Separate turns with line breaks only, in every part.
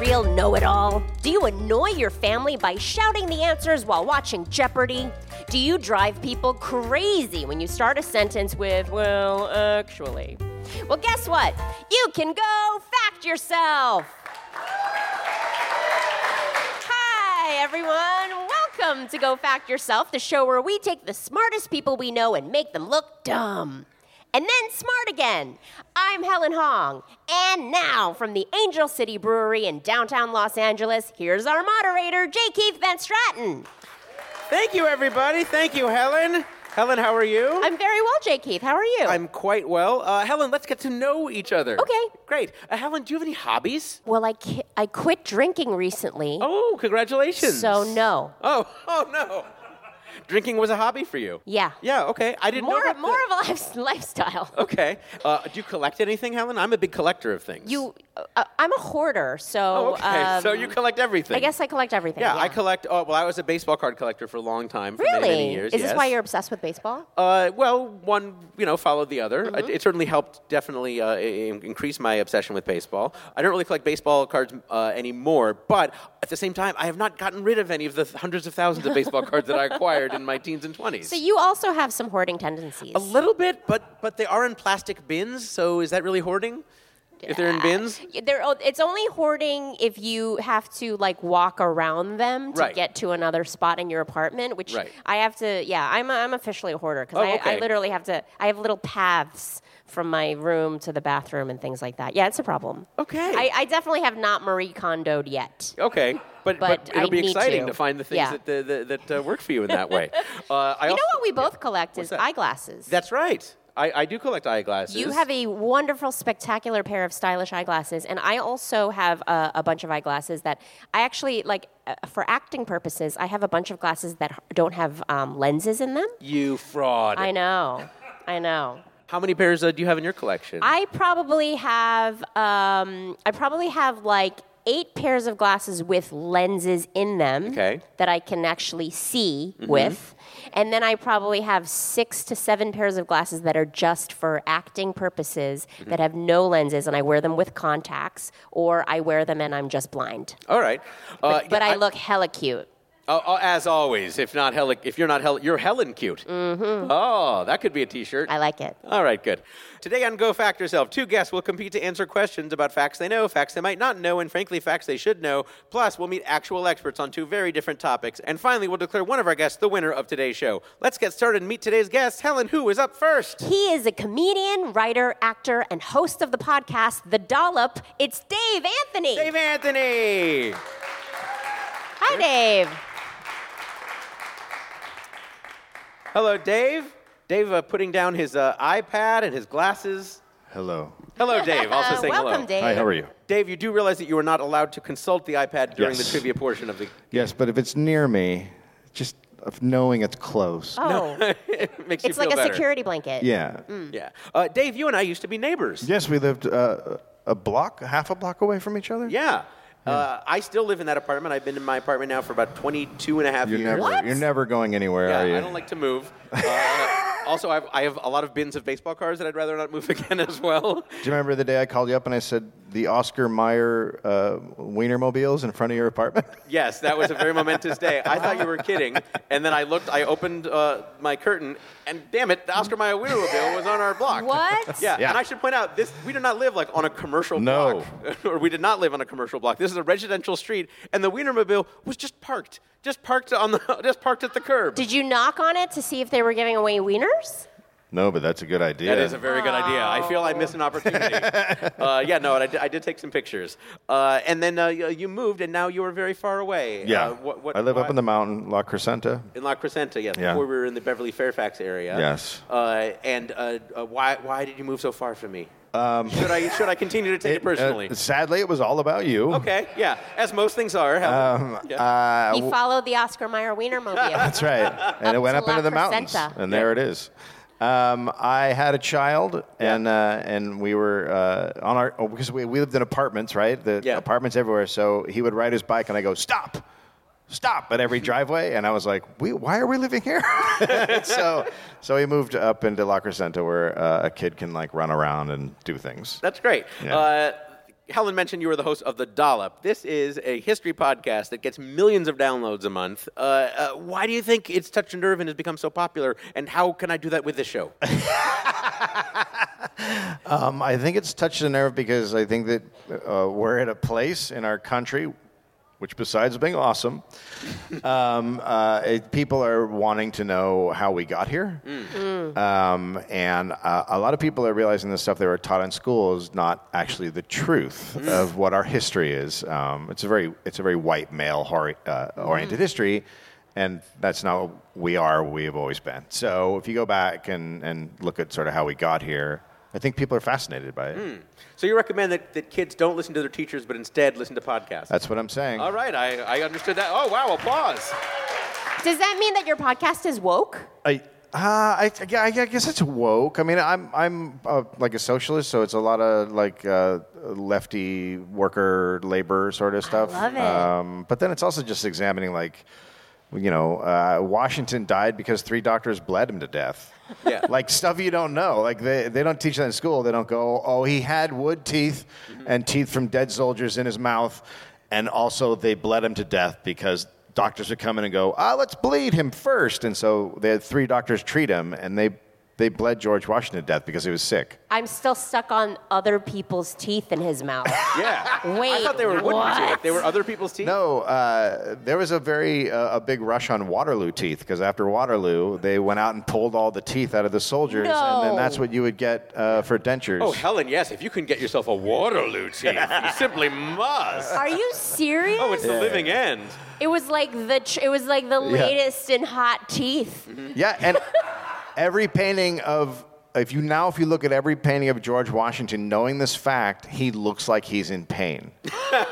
real know it all? Do you annoy your family by shouting the answers while watching Jeopardy? Do you drive people crazy when you start a sentence with, well, actually? Well, guess what? You can go fact yourself. Hi, everyone. Welcome to Go Fact Yourself, the show where we take the smartest people we know and make them look dumb. And then smart again. I'm Helen Hong. And now, from the Angel City Brewery in downtown Los Angeles, here's our moderator, J. Keith Van Stratton.
Thank you, everybody. Thank you, Helen. Helen, how are you?
I'm very well, J. Keith. How are you?
I'm quite well. Uh, Helen, let's get to know each other.
Okay.
Great. Uh, Helen, do you have any hobbies?
well, I, ki- I quit drinking recently.
Oh, congratulations.
So, no.
Oh, oh no. Drinking was a hobby for you.
Yeah.
Yeah. Okay. I didn't know
More,
about
more
that.
of a life- lifestyle.
Okay. Uh, do you collect anything, Helen? I'm a big collector of things.
You, uh, I'm a hoarder, so.
Oh, okay.
um,
so you collect everything.
I guess I collect everything.
Yeah, I collect. Oh, well, I was a baseball card collector for a long time, for
Really?
many, many years.
Is this why
yes.
you're obsessed with baseball?
Uh, well, one you know followed the other.
Mm-hmm.
It, it certainly helped definitely uh, i- in- increase my obsession with baseball. I don't really collect baseball cards uh, anymore, but at the same time, I have not gotten rid of any of the th- hundreds of thousands of baseball cards that I acquired in my teens and twenties.
So you also have some hoarding tendencies.
a little bit, but but they are in plastic bins. So is that really hoarding? If they're in bins.
Yeah, They're, o- it's only hoarding if you have to like walk around them to
Right.
get to another spot in your apartment. Which
Right.
I have to. Yeah, I'm a, I'm officially a hoarder because
Oh,
I, I
okay.
literally have to. I have little paths from my room to the bathroom and things like that. Yeah, it's a problem.
Okay.
I, I definitely have not Marie Kondo'd yet.
Okay, but,
But
but,
I
it'll be
need
exciting
to.
to. find the things
Yeah.
that, that, that, that uh, work for you in that way. Uh, I
You
also,
know what we both collect is
that?
eyeglasses.
That's right. I, I do collect eyeglasses.
You have a wonderful, spectacular pair of stylish eyeglasses, and I also have a, a bunch of eyeglasses that I actually like uh, for acting purposes. I have a bunch of glasses that h- don't have um, lenses in them.
You fraud.
I know, I know.
How many pairs uh, do you have in your collection?
I probably have, um, I probably have like eight pairs of glasses with lenses in them
Okay. Mm-hmm.
that I can actually see with, and then I probably have six to seven pairs of glasses that are just for acting purposes
Mm-hmm.
that have no lenses, and I wear them with contacts, or I wear them and I'm just blind.
All right, uh,
But I
yeah,
look hella cute.
oh, oh, as always, if not Helen, if you're not Helen, you're Helen cute. Mm-hmm. Oh, that could be a T-shirt.
I like it.
All right, good. Today on Go Fact Yourself, two guests will compete to answer questions about facts they know, facts they might not know, and frankly, facts they should know. Plus, we'll meet actual experts on two very different topics. And finally, we'll declare one of our guests the winner of today's show. Let's get started and meet today's guest, Helen, who is up first.
He is a comedian, writer, actor, and host of the podcast The Dollop. It's Dave Anthony.
Dave Anthony.
Hi, Dave.
Hello, Dave. Dave uh, putting down his uh, iPad and his glasses.
Hello.
Hello, Dave. Also saying hello.
Uh, Welcome, Dave.
Hi, how are you?
Dave, you do realize that you are not allowed to consult the iPad during
Yes.
the trivia portion of the.
Yes, but if it's near me, just of knowing it's close.
Oh,
It makes
it's
you feel
like a
better.
security blanket.
Yeah.
Yeah, uh, Dave, you and I used to be neighbors.
Yes, we lived uh, a block, half a block away from each other.
Yeah. Uh, I still live in that apartment. I've been in my apartment now for about 22 and a half
You're
years.
never,
What?
you're never going anywhere,
Yeah,
are you?
I don't like to move. Uh, also, I've, I have a lot of bins of baseball cards that I'd rather not move again as well.
Do you remember the day I called you up and I said the Oscar Mayer uh, Wienermobiles in front of your apartment?
Yes, that was a very momentous day. I thought you were kidding, and then I looked. I opened uh, my curtain, and damn it, the Oscar Mayer Wienermobile was on our block.
What?
Yeah,
Yeah.
and I should point out this: we do not live like on a commercial
No.
block, or we did not live on a commercial block. This is a residential street, and the Wienermobile was just parked, just parked on the, just parked at the curb.
Did you knock on it to see if they were giving away wieners?
no, but that's a good idea.
That is a very good idea. I feel I missed an opportunity. uh, yeah, no, and I did, I did take some pictures, uh, and then uh, you you moved, and now you are very far away.
yeah.
Uh, what, what,
I live
why-
up in the mountain, La Crescenta.
in La Crescenta, yes,
Yeah.
before we were in the Beverly Fairfax area.
Yes.
Uh, and uh, uh, why why did you move so far from me? should I should I continue to take it,
Um, It, uh,
personally?
sadly, it was all about you.
okay, yeah, as most things are. Helen.
Um,
Yeah.
uh,
he followed the Oscar Mayer Wienermobile.
That's right. And it
Up
went
to
up
La
into the mountains,
Crescenta.
and there it is. Um, I had a child,
Yeah.
and uh, and we were uh, on our oh, because we, we lived in apartments, right? The
Yeah.
apartments everywhere. So he would ride his bike, and I go stop, stop at every driveway, and I was like, we, why are we living here? so so he moved up into La Crescenta, where uh, a kid can like run around and do things.
That's great.
Yeah.
Uh, Helen mentioned you were the host of The Dollop. This is a history podcast that gets millions of downloads a month. Uh, uh, why do you think it's touched a nerve and has become so popular? And how can I do that with this show?
Um, I think it's touched a nerve because I think that uh, we're at a place in our country, which besides being awesome, um, uh, it, people are wanting to know how we got here. Um, and uh, a lot of people are realizing the stuff they were taught in school is not actually the truth of what our history is. Um, it's, a very, it's a very white male hori- uh, oriented history. And that's not what we are, what we have always been. So if you go back and, and look at sort of how we got here, I think people are fascinated by it.
so you recommend that, that kids don't listen to their teachers, but instead listen to podcasts.
That's what I'm saying.
All right, I, I understood that. Oh, wow, applause.
Does that mean that your podcast is woke?
I, uh, I, I gu- I guess it's woke. I mean, I'm I'm uh, like a socialist, so it's a lot of like uh, lefty worker labor sort of stuff.
love it.
Um, but then it's also just examining like. You know, uh, Washington died because three doctors bled him to death.
Yeah.
like stuff you don't know. Like they, they don't teach that in school. They don't go, oh, he had wood teeth and teeth from dead soldiers in his mouth, and also they bled him to death because doctors would come in and go, ah, let's bleed him first. And so they had three doctors treat him, and they they bled George Washington to death because he was sick.
I'm still stuck on other people's teeth in his mouth.
Yeah. I
Wait,
thought they were wooden
what?
teeth. They were other people's teeth.
No, uh, there was a very uh, a big rush on Waterloo teeth because after Waterloo, they went out and pulled all the teeth out of the soldiers, and then
No.
that's what you would get uh, for dentures.
Oh, Helen, yes. If you can get yourself a Waterloo teeth, you simply must.
Are you serious?
Oh, it's the living end.
it was like the tr- it was like the latest in hot teeth.
Yeah, and every painting of if you now if you look at every painting of George Washington, knowing this fact, he looks like he's in pain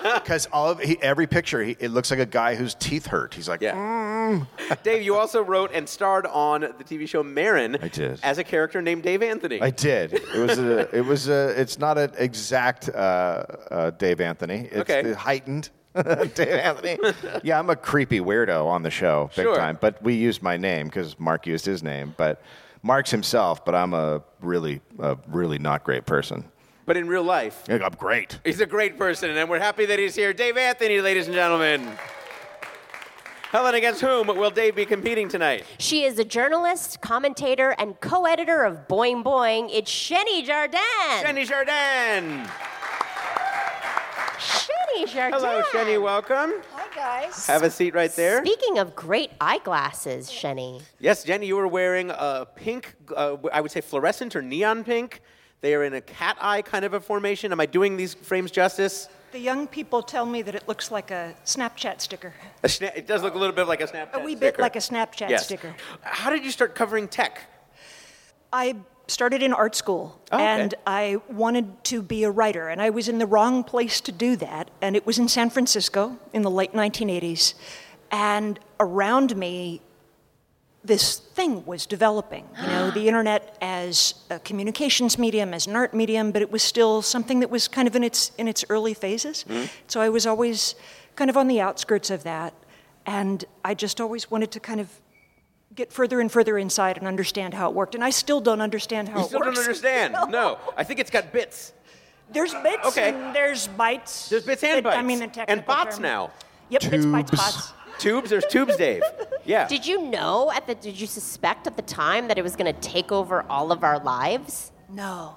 because all of he, every picture he, it looks like a guy whose teeth hurt. He's like, "Mm."
Yeah. Dave, you also wrote and starred on the TV show Marin.
I did.
As a character named Dave Anthony.
I did. It was a, it was a, it's not an exact uh, uh, Dave Anthony. It's
Okay.
the heightened Dave Anthony. yeah, I'm a creepy weirdo on the show, big
Sure.
time. But we used my name because Mark used his name, but Mark's himself. But I'm a really, a really not great person.
but in real life,
Yeah, I'm great.
he's a great person, and we're happy that he's here. Dave Anthony, ladies and gentlemen. Helen, against whom will Dave be competing tonight?
She is a journalist, commentator, and co-editor of Boing Boing. It's Shenny Jardin.
Jenny Jardin.
Shenny Jardin.
Hello, Jenny. Welcome.
Hi guys.
Have a seat right there.
Speaking of great eyeglasses, Shenny.
Yes, Jenny, you were wearing a pink, uh, I would say fluorescent or neon pink. They are in a cat eye kind of a formation. Am I doing these frames justice?
the young people tell me that it looks like a Snapchat sticker.
A sna- it does look a little bit like a Snapchat
A wee bit
sticker.
like a Snapchat
yes.
sticker.
How did you start covering tech?
I started in art school
Oh, okay.
and I wanted to be a writer and I was in the wrong place to do that and it was in San Francisco in the late 1980s and around me this thing was developing, you know, the internet as a communications medium, as an art medium, but it was still something that was kind of in its in its early phases.
Mm-hmm.
So I was always kind of on the outskirts of that, and I just always wanted to kind of get further and further inside and understand how it worked. And I still don't understand how
You
it
still
works.
don't understand. No, I think it's got bits.
There's bits
Okay.
and there's bytes.
There's bits and
But,
bytes.
I mean, the
and
technical
bots
term.
now.
Yep, it's bytes,
Tubes.
bots.
Tubes. There's tubes, Dave. Yeah.
Did you know at the did you suspect at the time that it was going to take over all of our lives?
No,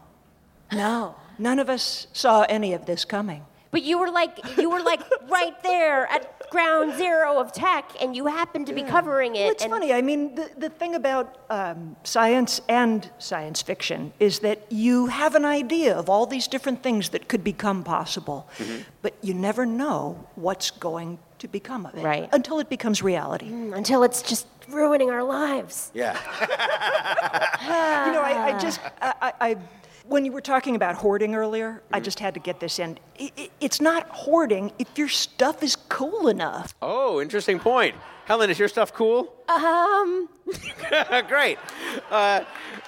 no, none of us saw any of this coming.
But you were like you were like right there at ground zero of tech and you happened to be covering it
Well, it's
and
funny. I mean, the, the thing about um, science and science fiction is that you have an idea of all these different things that could become possible,
Mm-hmm.
but you never know what's going to become of it
Right.
until it becomes reality.
until it's just ruining our lives.
yeah.
You know,
Ah.
I, I just, I, I, I, when you were talking about hoarding earlier, I
Mm-hmm.
just had to get this in. I i it's not hoarding if your stuff is cool enough.
Oh, interesting point. Helen, is your stuff cool?
Um,
Great. Uh,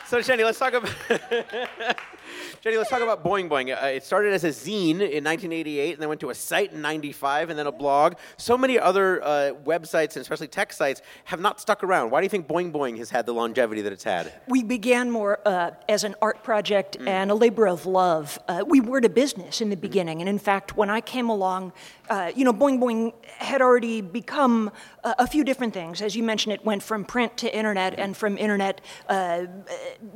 so Jenny, let's talk about Jenny. Let's talk about Boing Boing. Uh, it started as a zine in 1988, and then went to a site in '95, and then a blog. So many other uh, websites, and especially tech sites, have not stuck around. Why do you think Boing Boing has had the longevity that it's had?
We began more uh, as an art project and a labor of love. Uh, we weren't a business in the beginning. And in fact, when I came along, uh, you know, Boing Boing had already become uh, a few different things. As you mentioned, it went from print to internet and from internet uh,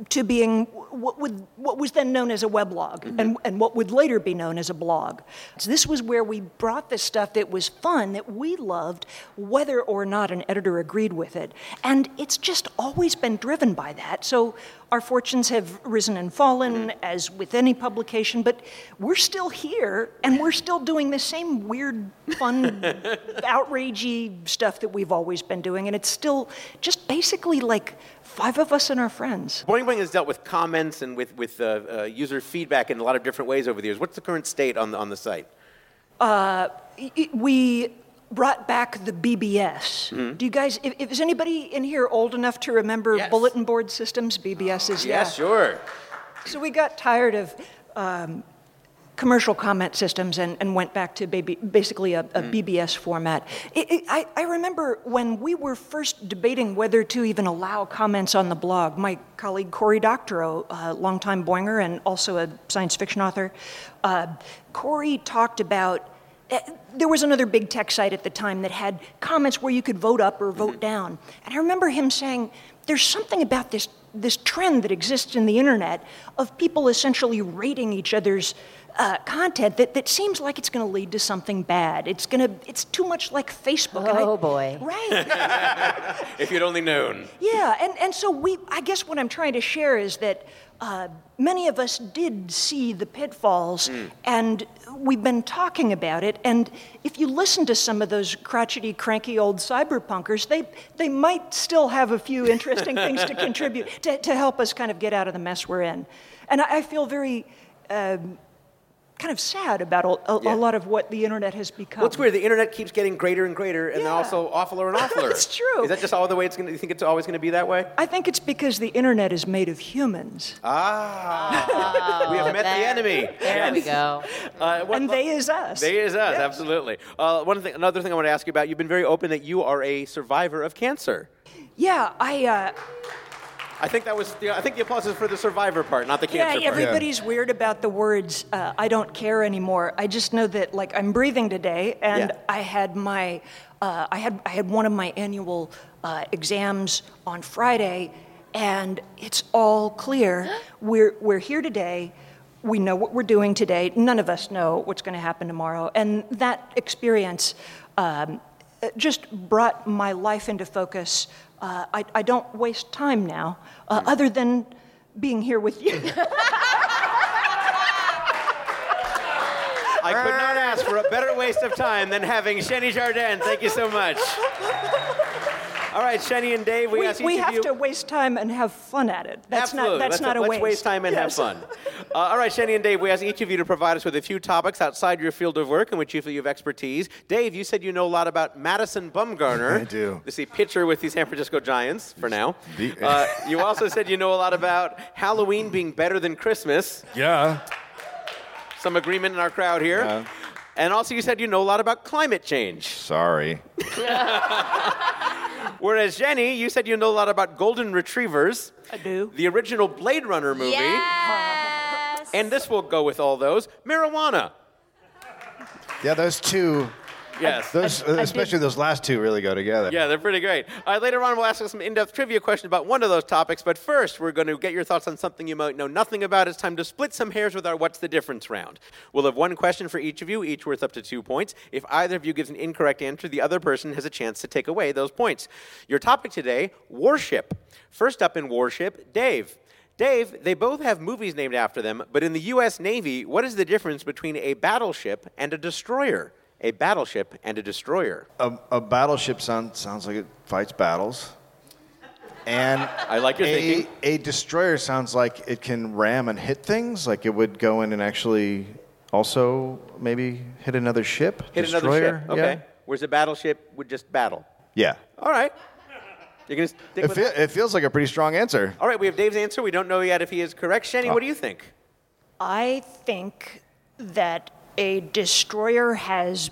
to being what, would, what was then known as a weblog and, and what would later be known as a blog. So this was where we brought the stuff that was fun, that we loved, whether or not an editor agreed with it. And it's just always been driven by that. So our fortunes have risen and fallen, as with any publication, but we're still here and we're still doing the same weird, fun, outragey stuff that we've always been doing. And it's still just basically like five of us and our friends.
Boing Boing has dealt with comments and with with uh, uh, user feedback in a lot of different ways over the years. What's the current state on the, on the site?
I- I- we brought back the BBS. Do you guys, if, if, is anybody in here old enough to remember
Hmm. Yes.
bulletin board systems? BBS is, yeah.
Yeah, sure.
So we got tired of um, commercial comment systems and, and went back to baby, basically a,
Hmm.
a BBS format. It, it, I, I remember when we were first debating whether to even allow comments on the blog, my colleague Corey Doctorow, a longtime Boinger and also a science fiction author, uh, Corey talked about. eh, There was another big tech site at the time that had comments where you could vote up or
Mm-hmm.
vote down. And I remember him saying, there's something about this this trend that exists in the internet of people essentially rating each other's uh, content that, that seems like it's going to lead to something bad. It's going to it's too much like Facebook. and I-
Oh, boy.
Right.
If you'd only known.
yeah. And and so we I guess what I'm trying to share is that. Uh, many of us did see the pitfalls,
Mm.
and we've been talking about it. And if you listen to some of those crotchety, cranky old cyberpunkers, they they might still have a few interesting things to contribute to, to help us kind of get out of the mess we're in. And I, I feel very uh, kind of sad about a, a,
Yeah.
a lot of what the internet has become.
What's weird? The internet keeps getting greater and greater, and then
Um, Yeah.
also awfuler and awfuler.
It's true.
Is that just all the way it's going? to You think it's always going to be that way?
I think it's because the internet is made of humans,
Ah,
Oh,
we have met the
there-
enemy.
there we go.
Uh, one-
and they is us.
They is us, absolutely. Uh, one thing, another thing I want to ask you about. You've been very open that you are a survivor of cancer.
yeah, I. Uh,
I think that was. The, I think the applause is for the survivor part, not the
yeah,
cancer part.
everybody's weird about the words. Uh, I don't care anymore. I just know that, like, I'm breathing today, and
Yeah.
I had my, uh, I had, I had one of my annual uh, exams on Friday, and it's all clear. we're we're here today. We know what we're doing today. None of us know what's going to happen tomorrow, and that experience. Um, it just brought my life into focus. Uh, I, I don't waste time now, uh,
Hmm.
other than being here with you.
I could not ask for a better waste of time than having Shani Jardin. Thank you so much. All right, Shani and Dave, we,
we,
ask each
we
of
have
you.
to waste time and have fun at it. That's
Absolutely.
not that's
let's,
not a
let's
waste.
time and
Yes.
have fun. Uh, all right, Shani and Dave, we ask each of you to provide us with a few topics outside your field of work in which you feel you have expertise. Dave, you said you know a lot about Madison Bumgarner.
I do.
This is a pitcher with the San Francisco Giants for now.
The-
Uh, you also said you know a lot about Halloween being better than Christmas.
Yeah.
Some agreement in our crowd here.
Yeah.
And also, you said you know a lot about climate change.
Sorry.
Whereas Jenny, you said you know a lot about golden retrievers,
I do.
the original Blade Runner movie.
Yes.
And this will go with all those marijuana.
Yeah, those two,
Yes.
those
I did-
especially those last two, really go together.
Yeah, they're pretty great. All right, later on, we'll ask you some in depth trivia questions about one of those topics. But first, we're going to get your thoughts on something you might know nothing about. It's time to split some hairs with our What's the Difference round. We'll have one question for each of you, each worth up to two points. If either of you gives an incorrect answer, the other person has a chance to take away those points. Your topic today Warship. First up in Warship, Dave. Dave, they both have movies named after them, but in the U.S. Navy, what is the difference between a battleship and a destroyer? A battleship and a destroyer.
A, a battleship sounds sounds like it fights battles. And
I like your
a,
thinking.
a destroyer sounds like it can ram and hit things, like it would go in and actually also maybe hit another ship.
Hit
destroyer,
another ship. Okay. Whereas a battleship would just battle.
Yeah. Yeah.
All right. You're going to stick
It,
with
fe- it feels like a pretty strong answer.
All right, we have Dave's answer. We don't know yet if he is correct. Shenny, what do you think?
I think that a destroyer has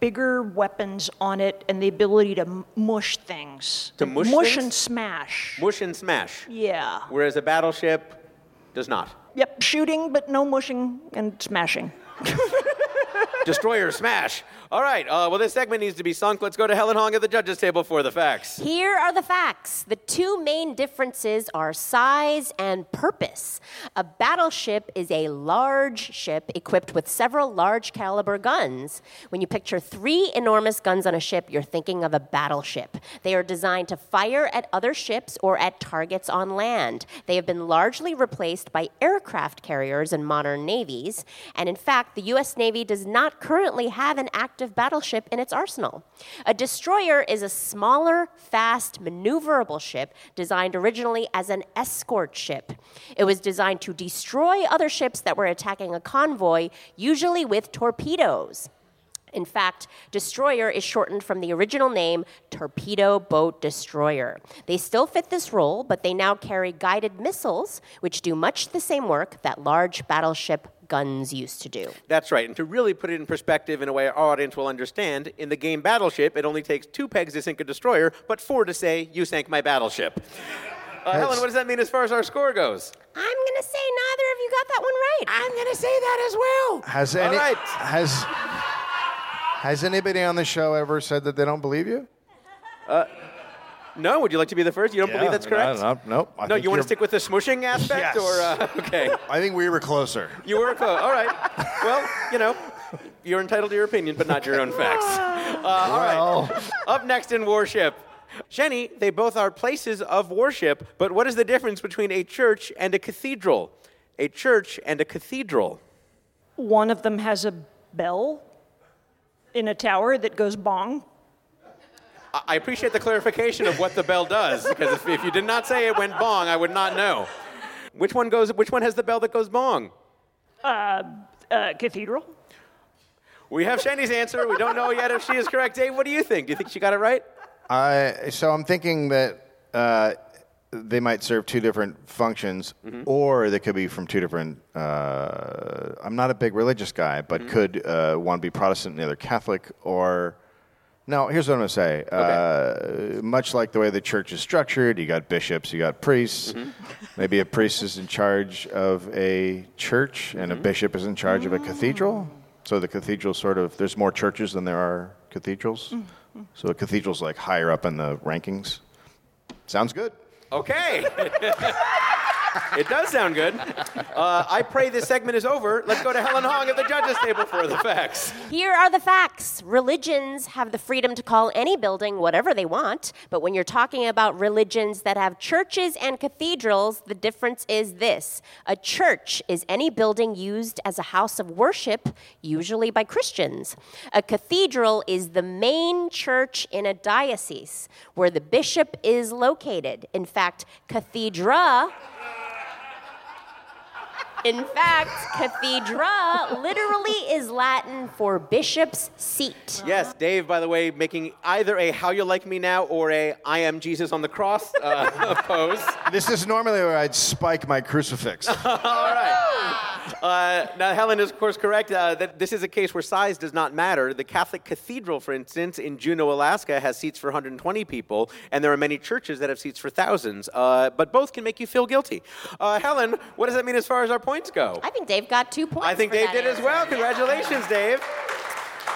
bigger weapons on it and the ability to m- mush things.
To mush things?
and smash.
Mush and smash.
yeah.
Whereas a battleship does not.
Yep, shooting, but no mushing and smashing.
Destroyer smash. All right. Uh, well, this segment needs to be sunk. Let's go to Helen Hong at the judges' table for the facts.
Here are the facts. The two main differences are size and purpose. A battleship is a large ship equipped with several large caliber guns. When you picture three enormous guns on a ship, you're thinking of a battleship. They are designed to fire at other ships or at targets on land. They have been largely replaced by aircraft carriers in modern navies. And in fact, the U.S. Navy does not currently have an active battleship in its arsenal. A destroyer is a smaller, fast, maneuverable ship designed originally as an escort ship. It was designed to destroy other ships that were attacking a convoy, usually with torpedoes. In fact, destroyer is shortened from the original name torpedo boat destroyer. They still fit this role, but they now carry guided missiles, which do much the same work that large battleship guns used to do.
That's right. And to really put it in perspective in a way our audience will understand, in the game Battleship, it only takes two pegs to sink a destroyer, but four to say, you sank my battleship. Uh, Helen, what does that mean as far as our score goes?
I'm going to say neither of you got that one right.
I'm going to say that as well.
Has any
All right.
has has anybody on the show ever said that they don't believe you?
No, would you like to be the first? You don't believe that's correct?
No, nope. I
No,
think
you want to
you're-
stick with the smushing aspect?
Yes.
Or, uh, okay.
I think we were closer.
You were close. All right. Well, you know, you're entitled to your opinion, but not your own facts. Uh, all right.
Well,
Up next in worship. Jenny, they both are places of worship, but what is the difference between a church and a cathedral? A church and a cathedral.
One of them has a bell in a tower that goes bong.
I- I appreciate the clarification of what the bell does, because if, if you did not say it went bong, I would not know. Which one goes? Which one has the bell that goes bong?
Uh, cathedral?
We have Shani's answer. We don't know yet if she is correct. Dave, what do you think? Do you think she got it right?
I so I'm thinking that uh, they might serve two different functions,
Mm-hmm.
or they could be from two different. Uh, I'm not a big religious guy, but
Mm-hmm.
could uh, one be Protestant and the other Catholic, or no? Here's what I'm going to say. Uh, much like the way the church is structured, you got bishops, you got priests. Maybe a priest is in charge of a church, and a bishop is in charge of a cathedral. So the cathedral sort of there's more churches than there are cathedrals. So a cathedral's like higher up in the rankings. Sounds good.
Okay. it does sound good. Uh, I pray this segment is over. Let's go to Helen Hong at the judges' table for the facts.
Here are the facts. Religions have the freedom to call any building whatever they want, but when you're talking about religions that have churches and cathedrals, the difference is this a church is any building used as a house of worship, usually by Christians. A cathedral is the main church in a diocese where the bishop is located. In fact, cathedra. In fact, cathedra literally is Latin for bishop's seat.
Yes, Dave, by the way, making either a How You Like Me Now or a I Am Jesus on the Cross uh, pose.
This is normally where I'd spike my crucifix.
All right. Uh, now, Helen is, of course, correct uh, that this is a case where size does not matter. The Catholic Cathedral, for instance, in Juneau, Alaska, has seats for 120 people, and there are many churches that have seats for thousands, uh, but both can make you feel guilty. Uh, Helen, what does that mean as far as our points go?
I think Dave got two points.
I think
for
Dave
that
did as
answer.
well. Congratulations, Dave.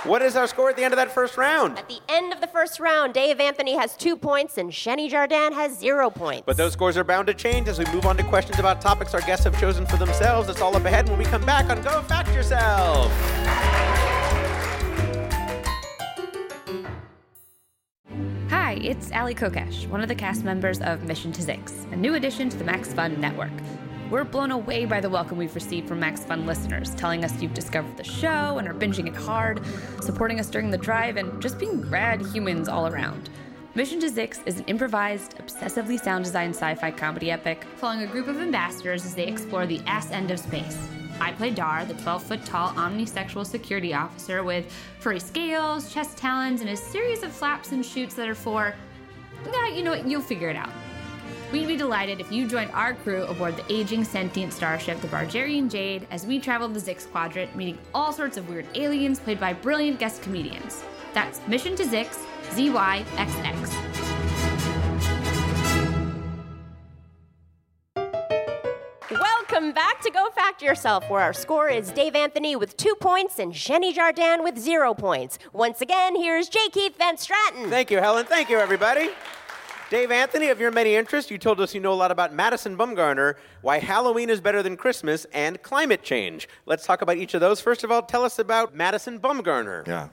What is our score at the end of that first round?
At the end of the first round, Dave Anthony has two points and Shenny Jardin has zero points.
But those scores are bound to change as we move on to questions about topics our guests have chosen for themselves. It's all up ahead when we come back on Go Fact Yourself.
Hi, it's Ali Kokesh, one of the cast members of Mission to Zix, a new addition to the Max Fun network. We're blown away by the welcome we've received from Max Fun listeners, telling us you've discovered the show and are binging it hard, supporting us during the drive, and just being rad humans all around. Mission to Zix is an improvised, obsessively sound designed sci fi comedy epic following a group of ambassadors as they explore the ass end of space. I play Dar, the 12 foot tall omnisexual security officer with furry scales, chest talons, and a series of flaps and shoots that are for. Nah, you know what? You'll figure it out. We'd be delighted if you joined our crew aboard the aging sentient starship, the Bargerian Jade, as we travel the Zix Quadrant, meeting all sorts of weird aliens played by brilliant guest comedians. That's Mission to Zix, ZYXX.
Welcome back to Go Fact Yourself, where our score is Dave Anthony with two points and Jenny Jardin with zero points. Once again, here's J. Keith Van Stratton.
Thank you, Helen. Thank you, everybody. Dave Anthony, of your many interests, you told us you know a lot about Madison Bumgarner, why Halloween is better than Christmas, and climate change. Let's talk about each of those. First of all, tell us about Madison Bumgarner.
Yeah.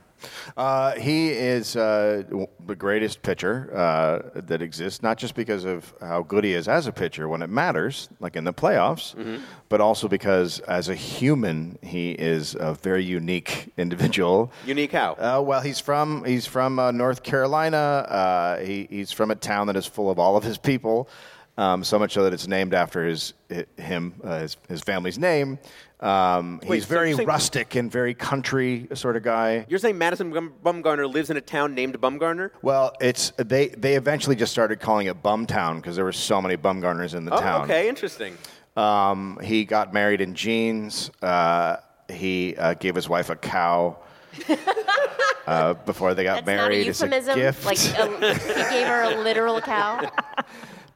Uh, he is uh, w- the greatest pitcher uh, that exists, not just because of how good he is as a pitcher when it matters, like in the playoffs,
Mm-hmm.
but also because as a human, he is a very unique individual.
Unique how?
Uh, well, he's from he's from uh, North Carolina. Uh, he, he's from a town that is full of all of his people, um, so much so that it's named after his hi- him uh, his, his family's name. Um,
Wait,
he's
so
very
you're saying-
rustic and very country sort of guy.
You're saying Madison Bum- Bumgarner lives in a town named Bumgarner?
Well, it's they they eventually just started calling it Bumtown because there were so many Bumgarners in the
Oh,
town.
okay, interesting.
Um, he got married in jeans. Uh, he uh, gave his wife a cow. uh, before they got
That's not a
married, It's
euphemism.
gift.
Like a, he gave her a literal cow.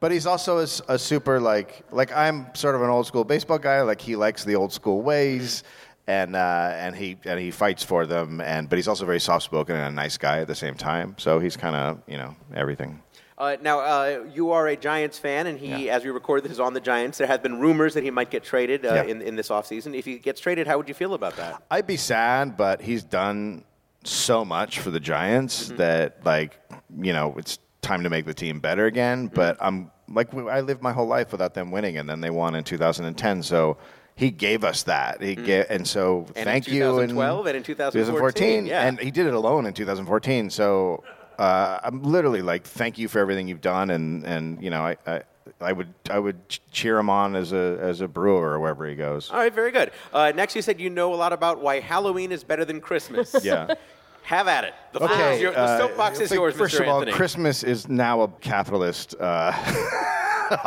But he's also a, s- a super like like I'm sort of an old school baseball guy. Like he likes the old school ways, and uh, and he and he fights for them. And but he's also very soft spoken and a nice guy at the same time. So he's kind of you know everything.
Uh, now, uh, you are a Giants fan, and he,
Yeah.
as we record this, is on the Giants. There have been rumors that he might get traded uh,
Yeah.
in, in this offseason. If he gets traded, how would you feel about that?
I'd be sad, but he's done so much for the Giants
Mm-hmm.
that like you know it's time to make the team better again.
Mm-hmm.
But I'm like we- I lived my whole life without them winning, and then they won in 2010. So. He gave us that. He gave, and so
Mm. in
thank you. in
2012 and in 2014, yeah.
and he did it alone in 2014. So uh, I'm literally like, thank you for everything you've done, and and you know, I, I I would I would ch- cheer him on as a as a brewer wherever he goes.
All right, very good. Uh, next, you said you know a lot about why Halloween is better than Christmas.
Yeah.
Have at it. The, floor is your, the
uh,
soapbox is
fi-
yours,
First
Mr.
of all,
Anthony.
Christmas is now a capitalist uh,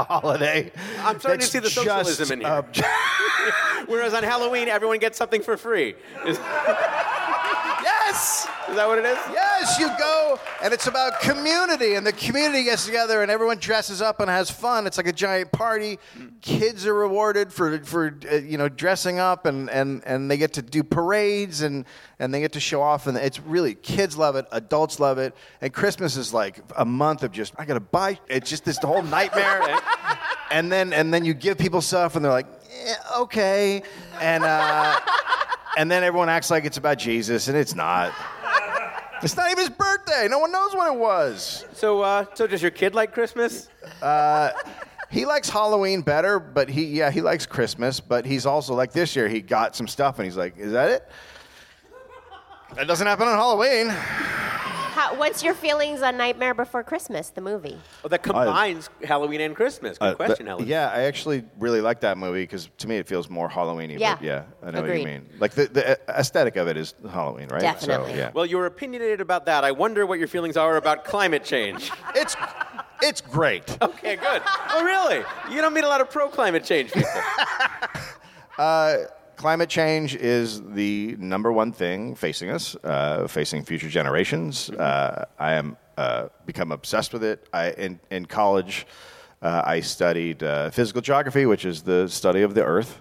holiday.
I'm starting to
That's
see the
just
socialism in here.
a-
Whereas on Halloween, everyone gets something for free. Is, is
yes.
that what it is?
Yes, you go, and it's about community, and the community gets together, and everyone dresses up and has fun. It's like a giant party. Kids are rewarded for for uh, you know dressing up, and, and, and they get to do parades, and, and they get to show off, and it's really kids love it, adults love it, and Christmas is like a month of just I gotta buy. It's just this whole nightmare, and then and then you give people stuff, and they're like, eh, okay, and. Uh, and then everyone acts like it's about Jesus, and it's not. It's not even his birthday. No one knows when it was.
So, uh, so does your kid like Christmas?
He likes Halloween better, but he yeah, he likes Christmas, but he's also like this year he got some stuff and he's like, "Is that it?" That doesn't happen on Halloween.
How, what's your feelings on Nightmare Before Christmas, the movie?
Oh, that combines Halloween and Christmas. Good question,
Uh, but-
Helen.
Yeah, I actually really like that movie because to me it feels more Halloweeny.
Yeah.
but yeah, I know
Agreed.
what you mean. Like the, the aesthetic of it is Halloween, right?
Definitely.
So, yeah.
Well, you were opinionated about that. I wonder what your feelings are about climate change.
it's it's great.
Okay, good. Oh, really? You don't meet a lot of pro climate change people.
Climate change is the number one thing facing us, uh, facing future generations. Uh, I am uh, become obsessed with it. I in in college, uh, I studied uh, physical geography, which is the study of the Earth,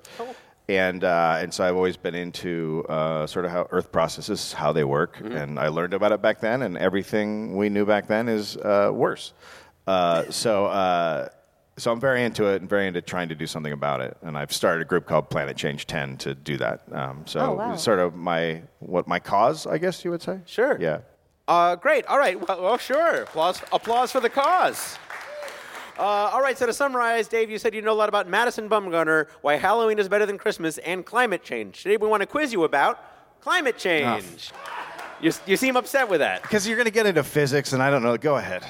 and uh, and so I've always been into uh, sort of how Earth processes, how they work, and I learned about it back then. And everything we knew back then is uh, worse. Uh, so. Uh, so I'm very into it and very into trying to do something about it. And I've started a group called Planet Change 10 to do that. Um, so
Oh, wow.
it's sort of my what my cause, I guess you would say.
Sure.
Yeah.
Uh, great. All right. Well, well sure. Applause, applause for the cause. Uh, all right. So to summarize, Dave, you said you know a lot about Madison Bumgarner, why Halloween is better than Christmas, and climate change. Today we want to quiz you about climate change.
Ah.
You, you seem upset with that.
Because you're going to get into physics, and I don't know. Go ahead.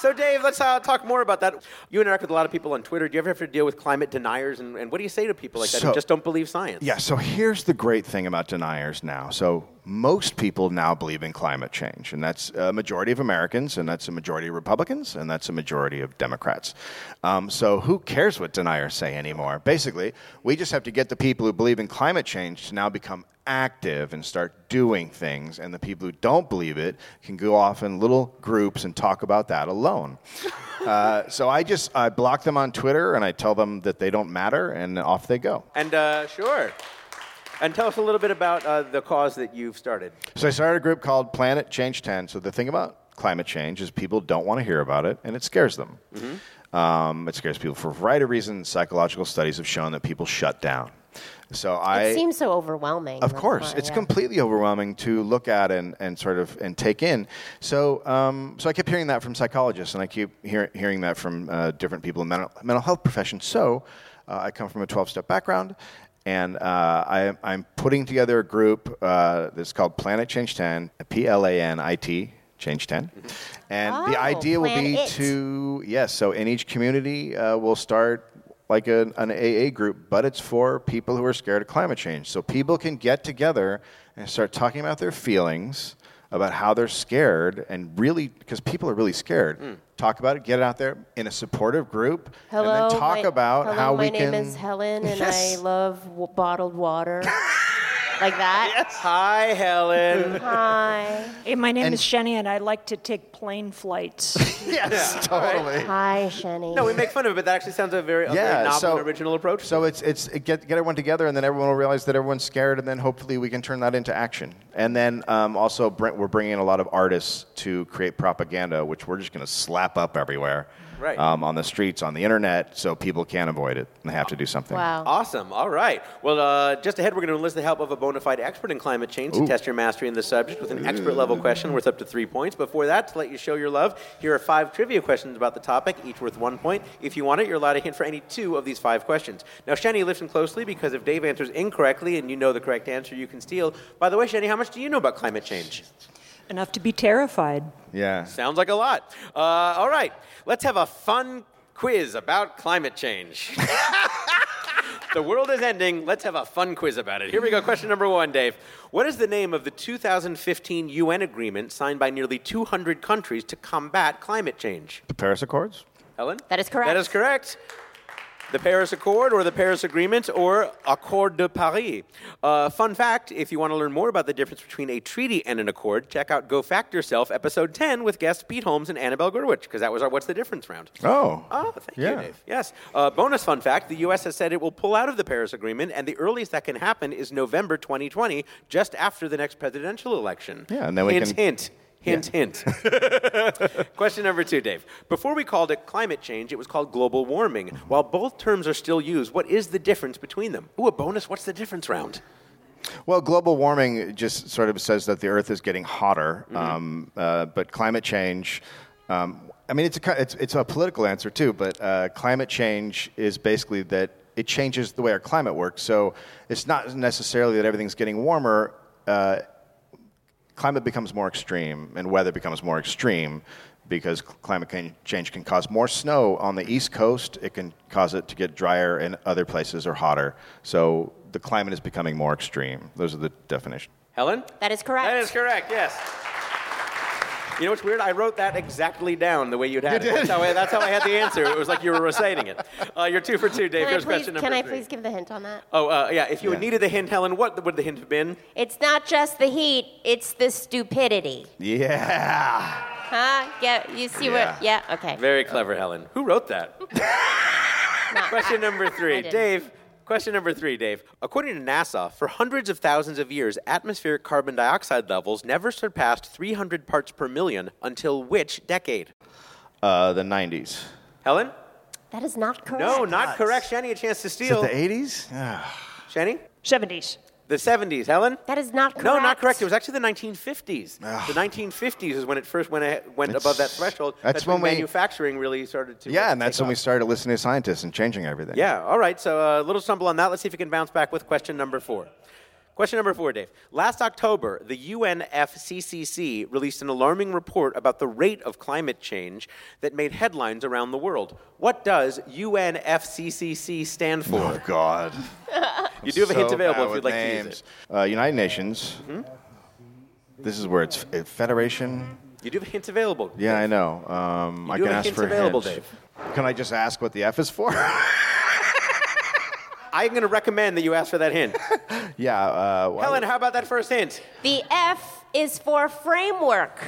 So, Dave, let's uh, talk more about that. You interact with a lot of people on Twitter. Do you ever have to deal with climate deniers? And, and what do you say to people like that who
So-
just don't believe science?
Yeah, so here's the great thing about deniers now. So most people now believe in climate change, and that's a majority of Americans, and that's a majority of Republicans, and that's a majority of Democrats. Um, so who cares what deniers say anymore? Basically, we just have to get the people who believe in climate change to now become active and start doing things, and the people who don't believe it can go off in little groups and talk about that alone. uh, so I just I block them on Twitter and I tell them that they don't matter, and off they go.
And uh, sure. And tell us a little bit about uh, the cause that you've started.
So I started a group called Planet Change 10. So the thing about climate change is people don't want to hear about it, and it scares them. Um, it scares people for a variety of reasons. Psychological studies have shown that people shut down. So I
it seems so overwhelming.
of
that's
course,
why,
it's
yeah.
completely overwhelming to look at and, and sort of and take in. So, um, so I kept hearing that from psychologists, and I keep hear, hearing that from uh, different people in mental, mental health professions. So, uh, I come from a 12-step background, and uh, I, I'm putting together a group uh, that's called Planet Change 10, P-L-A-N-I-T, Change 10, and the
Oh,
idea will
Plan
be
It.
to yes. So in each community, uh, we'll start like an, an AA group, but it's for people who are scared of climate change. So people can get together and start talking about their feelings, about how they're scared, and really, because people are really scared. Talk about it, get it out there in a supportive group,
Hello,
and then talk
my,
about
hello,
how
my
we can.
name is Helen, and
Yes.
I love w- bottled water. like that.
Hi, Helen.
Hi.
Hey, my name
And-
is Shenny, and I like to take plane flights.
yes, totally.
Hi, Shenny.
no, we make fun of it, but that actually sounds a very, a very
Yeah,
novel
so-
and original approach.
So it's it's it get get everyone together, and then everyone will realize that everyone's scared, and then hopefully we can turn that into action. And then um, also br- we're bringing in a lot of artists to create propaganda, which we're just going to slap up everywhere,
Right.
Um, on the streets, on the internet, so people can't avoid it and they have to do something.
Wow.
Awesome. All right. Well, uh, just ahead, we're going to enlist the help of a bona fide expert in climate change to test your mastery in the subject with an expert level question worth up to three points. Before that, to let you show your love, here are five trivia questions about the topic, each worth one point. If you want it, you're allowed a hint for any two of these five questions. Now, Shani, listen closely because if Dave answers incorrectly and you know the correct answer, you can steal. By the way, Shani, how much do you know about climate change?
Enough to be terrified.
Yeah.
Sounds like a lot. Uh, all right, let's have a fun quiz about climate change. the world is ending. Let's have a fun quiz about it. Here we go. Question number one, Dave. What is the name of the 2015 UN agreement signed by nearly 200 countries to combat climate change?
The Paris Accords.
Helen?
That is correct.
That is correct. The Paris Accord or the Paris Agreement or Accord de Paris. Uh, fun fact if you want to learn more about the difference between a treaty and an accord, check out Go Fact Yourself, episode 10, with guests Pete Holmes and Annabelle Gurwitch, because that was our What's the Difference round.
Oh.
Oh, thank
Yeah.
you, Dave. Yes. Uh, bonus fun fact the U.S. has said it will pull out of the Paris Agreement, and the earliest that can happen is November 2020, just after the next presidential election.
Yeah, and then we
hint,
can-
Hint, hint, hint. Question number two, Dave. Before we called it climate change, it was called global warming. While both terms are still used, what is the difference between them? Ooh, a bonus. What's the difference round?
Well, global warming just sort of says that the Earth is getting hotter, um, uh, but climate change. Um, I mean, it's a ki- it's, it's a political answer too, but uh, climate change is basically that it changes the way our climate works. So it's not necessarily that everything's getting warmer. Uh, climate becomes more extreme and weather becomes more extreme because c- climate can- change can cause more snow on the east coast it can cause it to get drier and other places are hotter so the climate is becoming more extreme those are the definition
Helen?
That is correct.
That is correct, yes. You know what's weird? I wrote that exactly down the way you'd had it. That's, how I, that's how I had the answer. It was like you were reciting it. Uh, you're two for two, Dave.
Can, I
Here's
please,
question number
can I
three.
please give the hint on that?
Oh, uh, yeah. If you had
Yeah.
needed the hint, Helen, what would the hint have been?
It's not just the heat, it's the stupidity.
yeah
Huh? Yeah, you see what? Yeah,
Yeah.
okay.
Very clever, Helen. Who wrote that? question number three,
didn't.
Dave. Question number three, Dave. According to NASA, for hundreds of thousands of years, atmospheric carbon dioxide levels never surpassed 300 parts per million until which decade?
uh, the 90s
Helen?
That is not correct.
No, not correct. Shani, a chance to steal.
80s yeah.
Shani?
70s.
The 70s, Helen?
That is not correct.
No, not correct. It was actually the 1950s. The 1950s is when it first went, ahe- went
That's-
above that threshold.
that's when we-
manufacturing really started to.
yeah
uh,
and that's
take
when we
off.
started listening to scientists and changing everything
Yeah, all right. So uh, a little stumble on that. Let's see if we can bounce back with question number four. Question number four, Dave. Last October, the UNFCCC released an alarming report about the rate of climate change that made headlines around the world. What does UNFCCC stand for?
Oh God.
you do have a hint
So
available
bad
if you'd
with
like to use
names.
it. Mm-hmm.
Uh, United Nations. This is where it's it, Federation.
You do have a hint available.
Yeah, I know. Um, I
do
can
have
ask
hints
for
available,
hints. Can I just ask what the F is for?
I'm going to recommend that you ask for that hint.
yeah. Uh, why-
Helen, how about that first hint?
The F is for framework.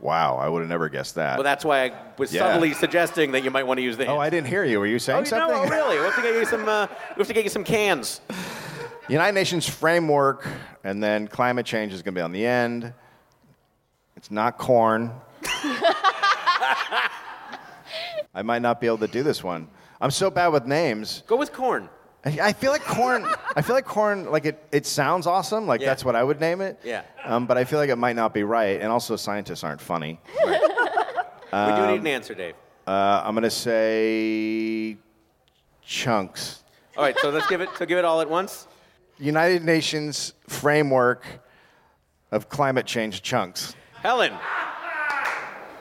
wow, I would have never guessed that.
Well, that's why I was
Yeah.
subtly suggesting that you might want to use the hint.
oh, I didn't hear you. Were you
Oh,
saying
you know,
something?
oh, really? We'll have to get you some. Uh, we have to get you some cans.
United Nations framework, and then climate change is going to be on the end. It's not corn. I might not be able to do this one. I'm so bad with names.
Go with corn.
I I feel like corn. I feel like corn. Like it. It sounds awesome. Like
Yeah.
that's what I would name it.
Yeah.
Um, but I feel like it might not be right. And also, scientists aren't funny.
we do need an answer, Dave.
Uh, I'm gonna say chunks.
All right, so let's give it. So give it all at once.
United Nations framework of climate change chunks.
Helen.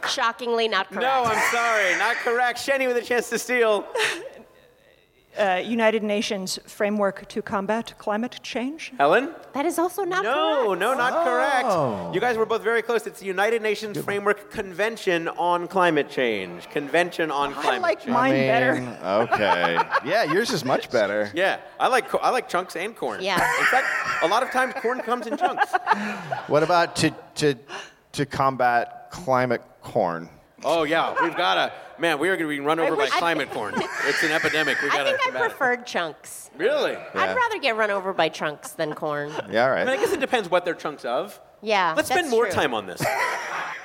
Shockingly not correct.
No, I'm sorry, not correct. Shenny with a chance to steal.
Uh, United Nations framework to combat climate change.
Helen.
that is also not
No,
correct.
no, not correct. You guys were both very close. It's the United Nations Framework Convention on Climate Change. Convention on
I
Climate
like
Change.
mine better.
okay. Yeah, yours is much better.
Yeah, I like co- I like chunks and corn.
Yeah.
In fact, a lot of times corn comes in chunks.
What about to to to combat climate corn?
Oh yeah, we've gotta. Man, we are gonna be run over by
wish- I-
climate corn. It's an epidemic. We
I
gotta.
think I
combat it.
preferred chunks.
Really?
Yeah.
I'd rather get run over by chunks than corn.
Yeah, all
I mean, I
right.
guess it depends what they're chunks of.
Yeah.
Let's spend
that's
more
true.
time on this.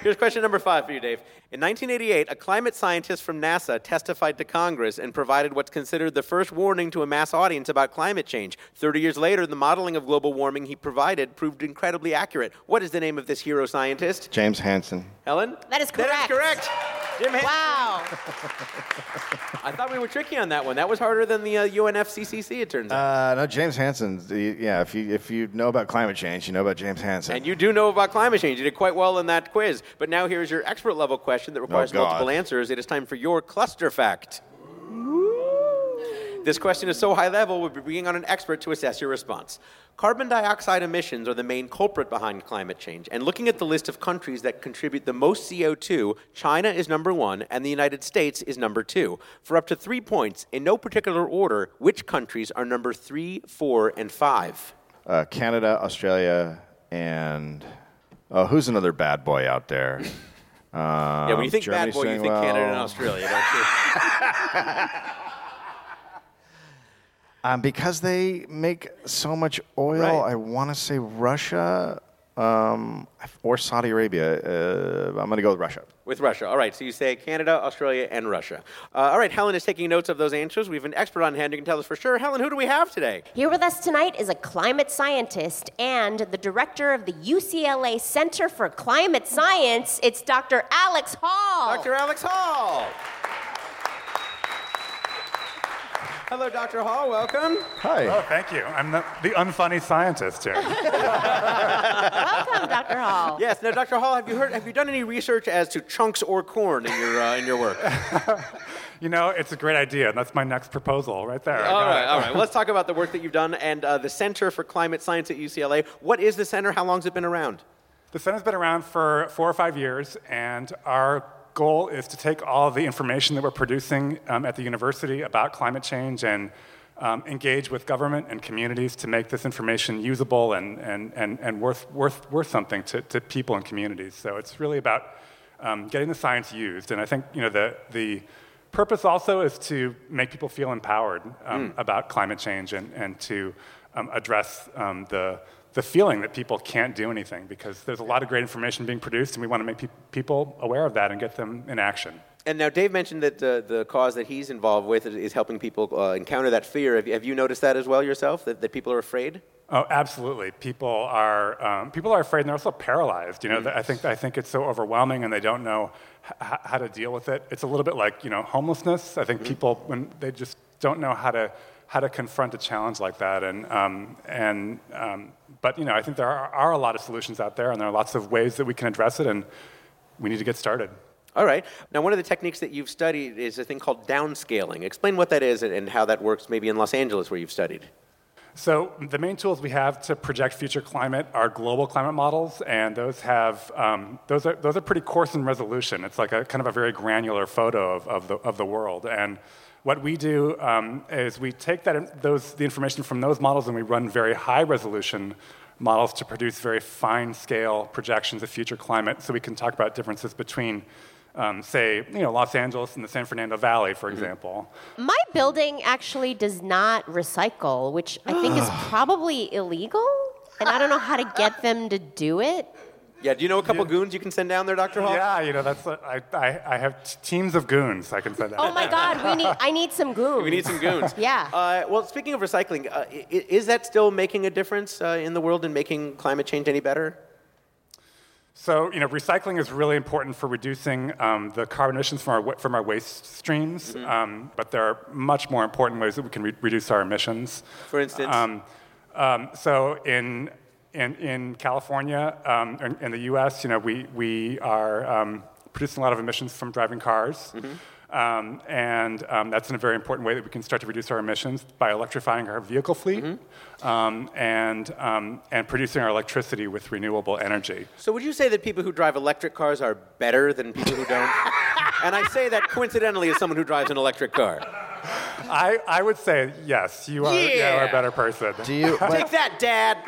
Here's question number five for you, Dave. In 1988, a climate scientist from NASA testified to Congress and provided what's considered the first warning to a mass audience about climate change. 30 years later, the modeling of global warming he provided proved incredibly accurate. What is the name of this hero scientist?
James Hansen.
Helen?
That is
That
correct.
is correct. Jim Hen-
Wow.
I thought we were tricky on that one. That was harder than the uh, UNFCCC, it turns out.
Uh, no, James Hansen. The, yeah, if you if you know about climate change, you know about James Hansen.
And you do know about climate change. You did quite well in that quiz. But now here's your expert level question that requires
God.
multiple answers. It is time for your cluster fact. This question is so high level, we'll be bringing on an expert to assess your response. Carbon dioxide emissions are the main culprit behind climate change. And looking at the list of countries that contribute the most CO2, China is number one and the United States is number two. For up to three points, in no particular order, which countries are number three, four, and five?
uh, Canada, Australia, and uh, who's another bad boy out there?
Yeah, when you think
Um,
bad
Germany's
boy, you
doing
think Canada and
well.
Australia, don't you?
Um, because they make so much oil,
Right.
I want to say Russia um, or Saudi Arabia. Uh, I'm going to go with Russia.
With Russia. All right, so you say Canada, Australia, and Russia. Uh, all right, Helen is taking notes of those answers. We have an expert on hand who can tell us for sure. Helen, who do we have today?
Here with us tonight is a climate scientist and the director of the UCLA Center for Climate Science. It's Dr. Alex Hall.
Dr. Alex Hall. Hello, Dr. Hall. Welcome.
Hi.
Oh, thank you. I'm the, the unfunny scientist here.
Welcome, Dr. Hall.
Yes. Now, Dr. Hall, have you heard? Have you done any research as to chunks or corn in your uh, in your work?
you know, it's a great idea. That's my next proposal right there. I
All
got
right.
it.
All right. Well, let's talk about the work that you've done and uh, the Center for Climate Science at UCLA. What is the center? How long has it been around?
The Center's been around for four or five years, and our goal is to take all the information that we're producing um, at the university about climate change and um, engage with government and communities to make this information usable and, and, and, and worth, worth, worth something to, to people and communities. So it's really about um, getting the science used. And I think you know, the, the purpose also is to make people feel empowered um, about climate change and, and to um, address um, the, the feeling that people can't do anything because there's a lot of great information being produced, and we want to make pe- people aware of that and get them in action.
And now Dave mentioned that the, the cause that he's involved with is- is helping people uh, encounter that fear. Have you, have you noticed that as well yourself, that, that people are afraid?
Oh, absolutely. People are um, people are afraid, and they're also paralyzed. You know, I think I think it's so overwhelming, and they don't know h- how to deal with it. It's a little bit like you know homelessness. I think people when they just don't know how to how to confront a challenge like that. And, um, and um, but you know, I think there are, are a lot of solutions out there, and there are lots of ways that we can address it, and we need to get started.
All right. Now, one of the techniques that you've studied is a thing called downscaling. Explain what that is and, and how that works, maybe in Los Angeles where you've studied.
So the main tools we have to project future climate are global climate models, and those have um, those are those are pretty coarse in resolution. It's like a kind of a very granular photo of, of the of the world. And what we do um, is we take that those the information from those models and we run very high resolution models to produce very fine scale projections of future climate, so we can talk about differences between. Um, say, you know, Los Angeles and the San Fernando Valley, for example.
My building actually does not recycle, which I think is probably illegal, and I don't know how to get them to do it.
Yeah, do you know a couple goons you can send down there, Dr. Hall?
Yeah, you know, that's I, I, I have t- teams of goons I can send out.
Oh my God, we need I need some goons.
We need some goons.
Yeah.
Uh, well, speaking of recycling, uh, i- i- is that still making a difference uh, in the world and making climate change any better?
So, you know, recycling is really important for reducing um, the carbon emissions from our, wa- from our waste streams,
Mm-hmm.
um, but there are much more important ways that we can re- reduce our emissions.
For instance?
Um, um, so in, in, in California, um, in, in the US, you know, we, we are um, producing a lot of emissions from driving cars. Um, and um, that's in a very important way that we can start to reduce our emissions by electrifying our vehicle fleet um, and, um, and producing our electricity with renewable energy.
So, would you say that people who drive electric cars are better than people who don't? and I say that coincidentally as someone who drives an electric car.
I, I would say yes, you are, you are
Yeah.
a better person.
Do you? but-
Take that, Dad.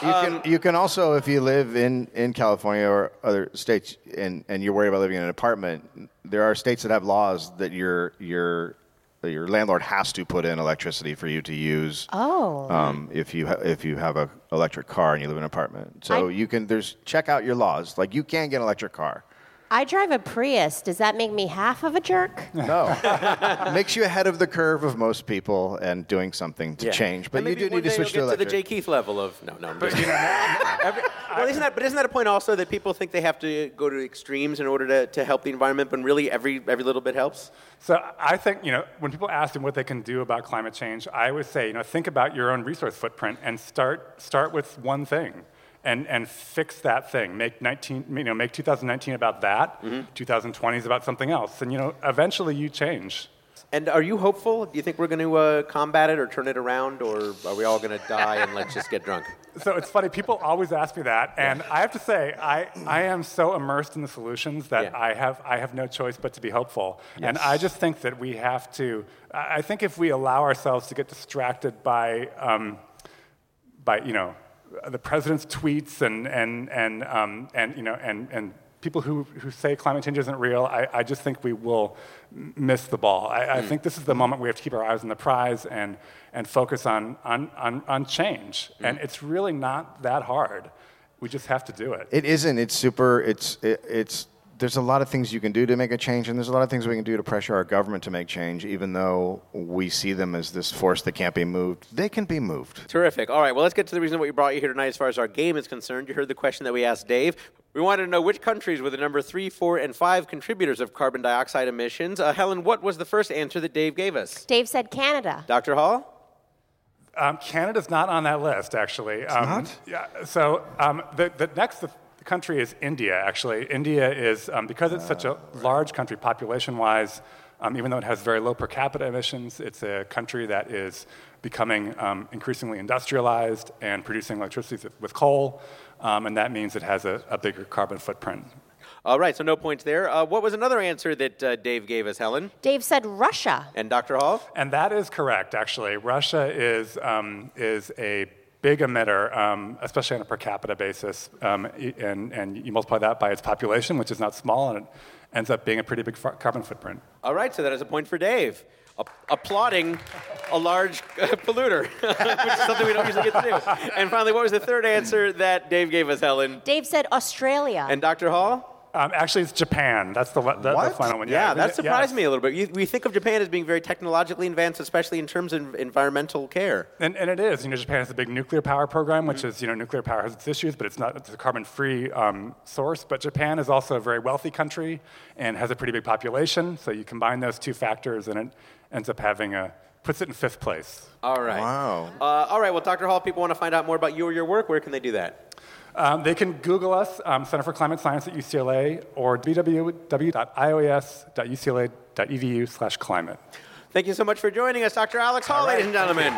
You
Um,
can, you can also, if you live in, in California or other states, and, and you're worried about living in an apartment, there are states that have laws that your your that your landlord has to put in electricity for you to use.
Oh.
Um, if you ha- if you have a electric car and you live in an apartment, so
I-
you can there's check out your laws. Like you can get an electric car.
I drive a Prius. Does that make me half of a jerk?
No, makes you ahead of the curve of most people and doing something to
Yeah.
change.
And
But you
maybe
do
one
need to
day
switch to
you'll get
electric.
to the J. Keith level of no, no. I'm just kidding. Every- well, isn't that? But isn't that a point also that people think they have to go to extremes in order to, to help the environment, when really every every little bit helps?
So I think, you know, when people ask them what they can do about climate change, I always say, you know, think about your own resource footprint and start, start with one thing and, and fix that thing. Make, 19, you know, make 2019 about that, 2020 is about something else. And, you know, eventually you change.
And are you hopeful? Do you think we're going to uh, combat it or turn it around, or are we all going to die and let's just get drunk?
So it's funny, people always ask me that, and I have to say, I, I am so immersed in the solutions that
Yeah.
I, have, I have no choice but to be hopeful. And I just think that we have to, I I think if we allow ourselves to get distracted by, um, by you know, the president's tweets and, and, and, um, and, you know, and, and people who, who say climate change isn't real, I, I just think we will m- miss the ball. I, I think this is the moment we have to keep our eyes on the prize and, and focus on, on, on, on change. And it's really not that hard. We just have to do it.
It isn't. It's super. It's it, it's. There's a lot of things you can do to make a change, and there's a lot of things we can do to pressure our government to make change. Even though we see them as this force that can't be moved, they can be moved.
Terrific. All right, well, let's get to the reason what we brought you here tonight as far as our game is concerned. You heard the question that we asked Dave. We wanted to know which countries were the number three, four, and five contributors of carbon dioxide emissions. Uh, Helen, what was the first answer that Dave gave us?
Dave said Canada.
Dr. Hall?
Um, Canada's not on that list, actually. um,
not?
Yeah. So um, the, the next the country is India. Actually, India is um, because it's such a large country population-wise. Um, even though it has very low per capita emissions, it's a country that is becoming um, increasingly industrialized and producing electricity with- with coal, um, and that means it has a, a bigger carbon footprint.
All right, so no points there. Uh, what was another answer that uh, Dave gave us, Helen?
Dave said Russia.
And Dr. Hall?
And that is correct, actually. Russia is, um, is a big emitter, um, especially on a per capita basis. Um, e- and, and you multiply that by its population, which is not small, and it ends up being a pretty big fu- carbon footprint.
All right, so that is a point for Dave. A- applauding a large uh, polluter, which is something we don't usually get to do. And finally, what was the third answer that Dave gave us, Helen?
Dave said Australia.
And Dr. Hall?
Um, actually, it's Japan. That's the, le- the, the
What?
final one.
Yeah, that
Yes.
surprised me a little bit. You, we think of Japan as being very technologically advanced, especially in terms of environmental care.
And, and it is. You know, Japan has a big nuclear power program, which is, you know, nuclear power has its issues, but it's not it's a carbon-free um, source. But Japan is also a very wealthy country and has a pretty big population. So you combine those two factors, and it ends up having a puts it in fifth place.
All right.
Wow.
Uh, all right. Well, Dr. Hall, if people want to find out more about you or your work. Where can they do that?
Um, they can Google us, um, Center for Climate Science at UCLA, or www.ioes.ucla.edu E slash climate.
Thank you so much for joining us, Dr. Alex Hall, ladies and gentlemen.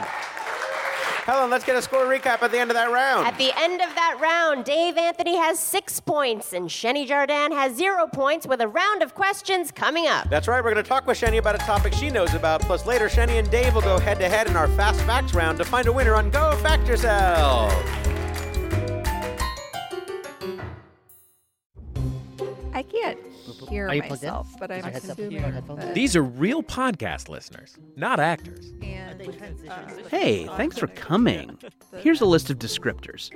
Helen, let's get a score recap at the end of that round.
At the end of that round, Dave Anthony has six points and Shenny Jardin has zero points with a round of questions coming up.
That's right, we're going to talk with Shani about a topic she knows about. Plus, later, Shani and Dave will go head to head in our Fast Facts round to find a winner on Go Fact Yourself.
I can't hear
Are you plugged in?
myself, but I'm
Is your headset-
assuming
your headphones?
that-
These are real podcast listeners, not actors.
and, uh,
Hey, thanks for coming. Here's a list of descriptors.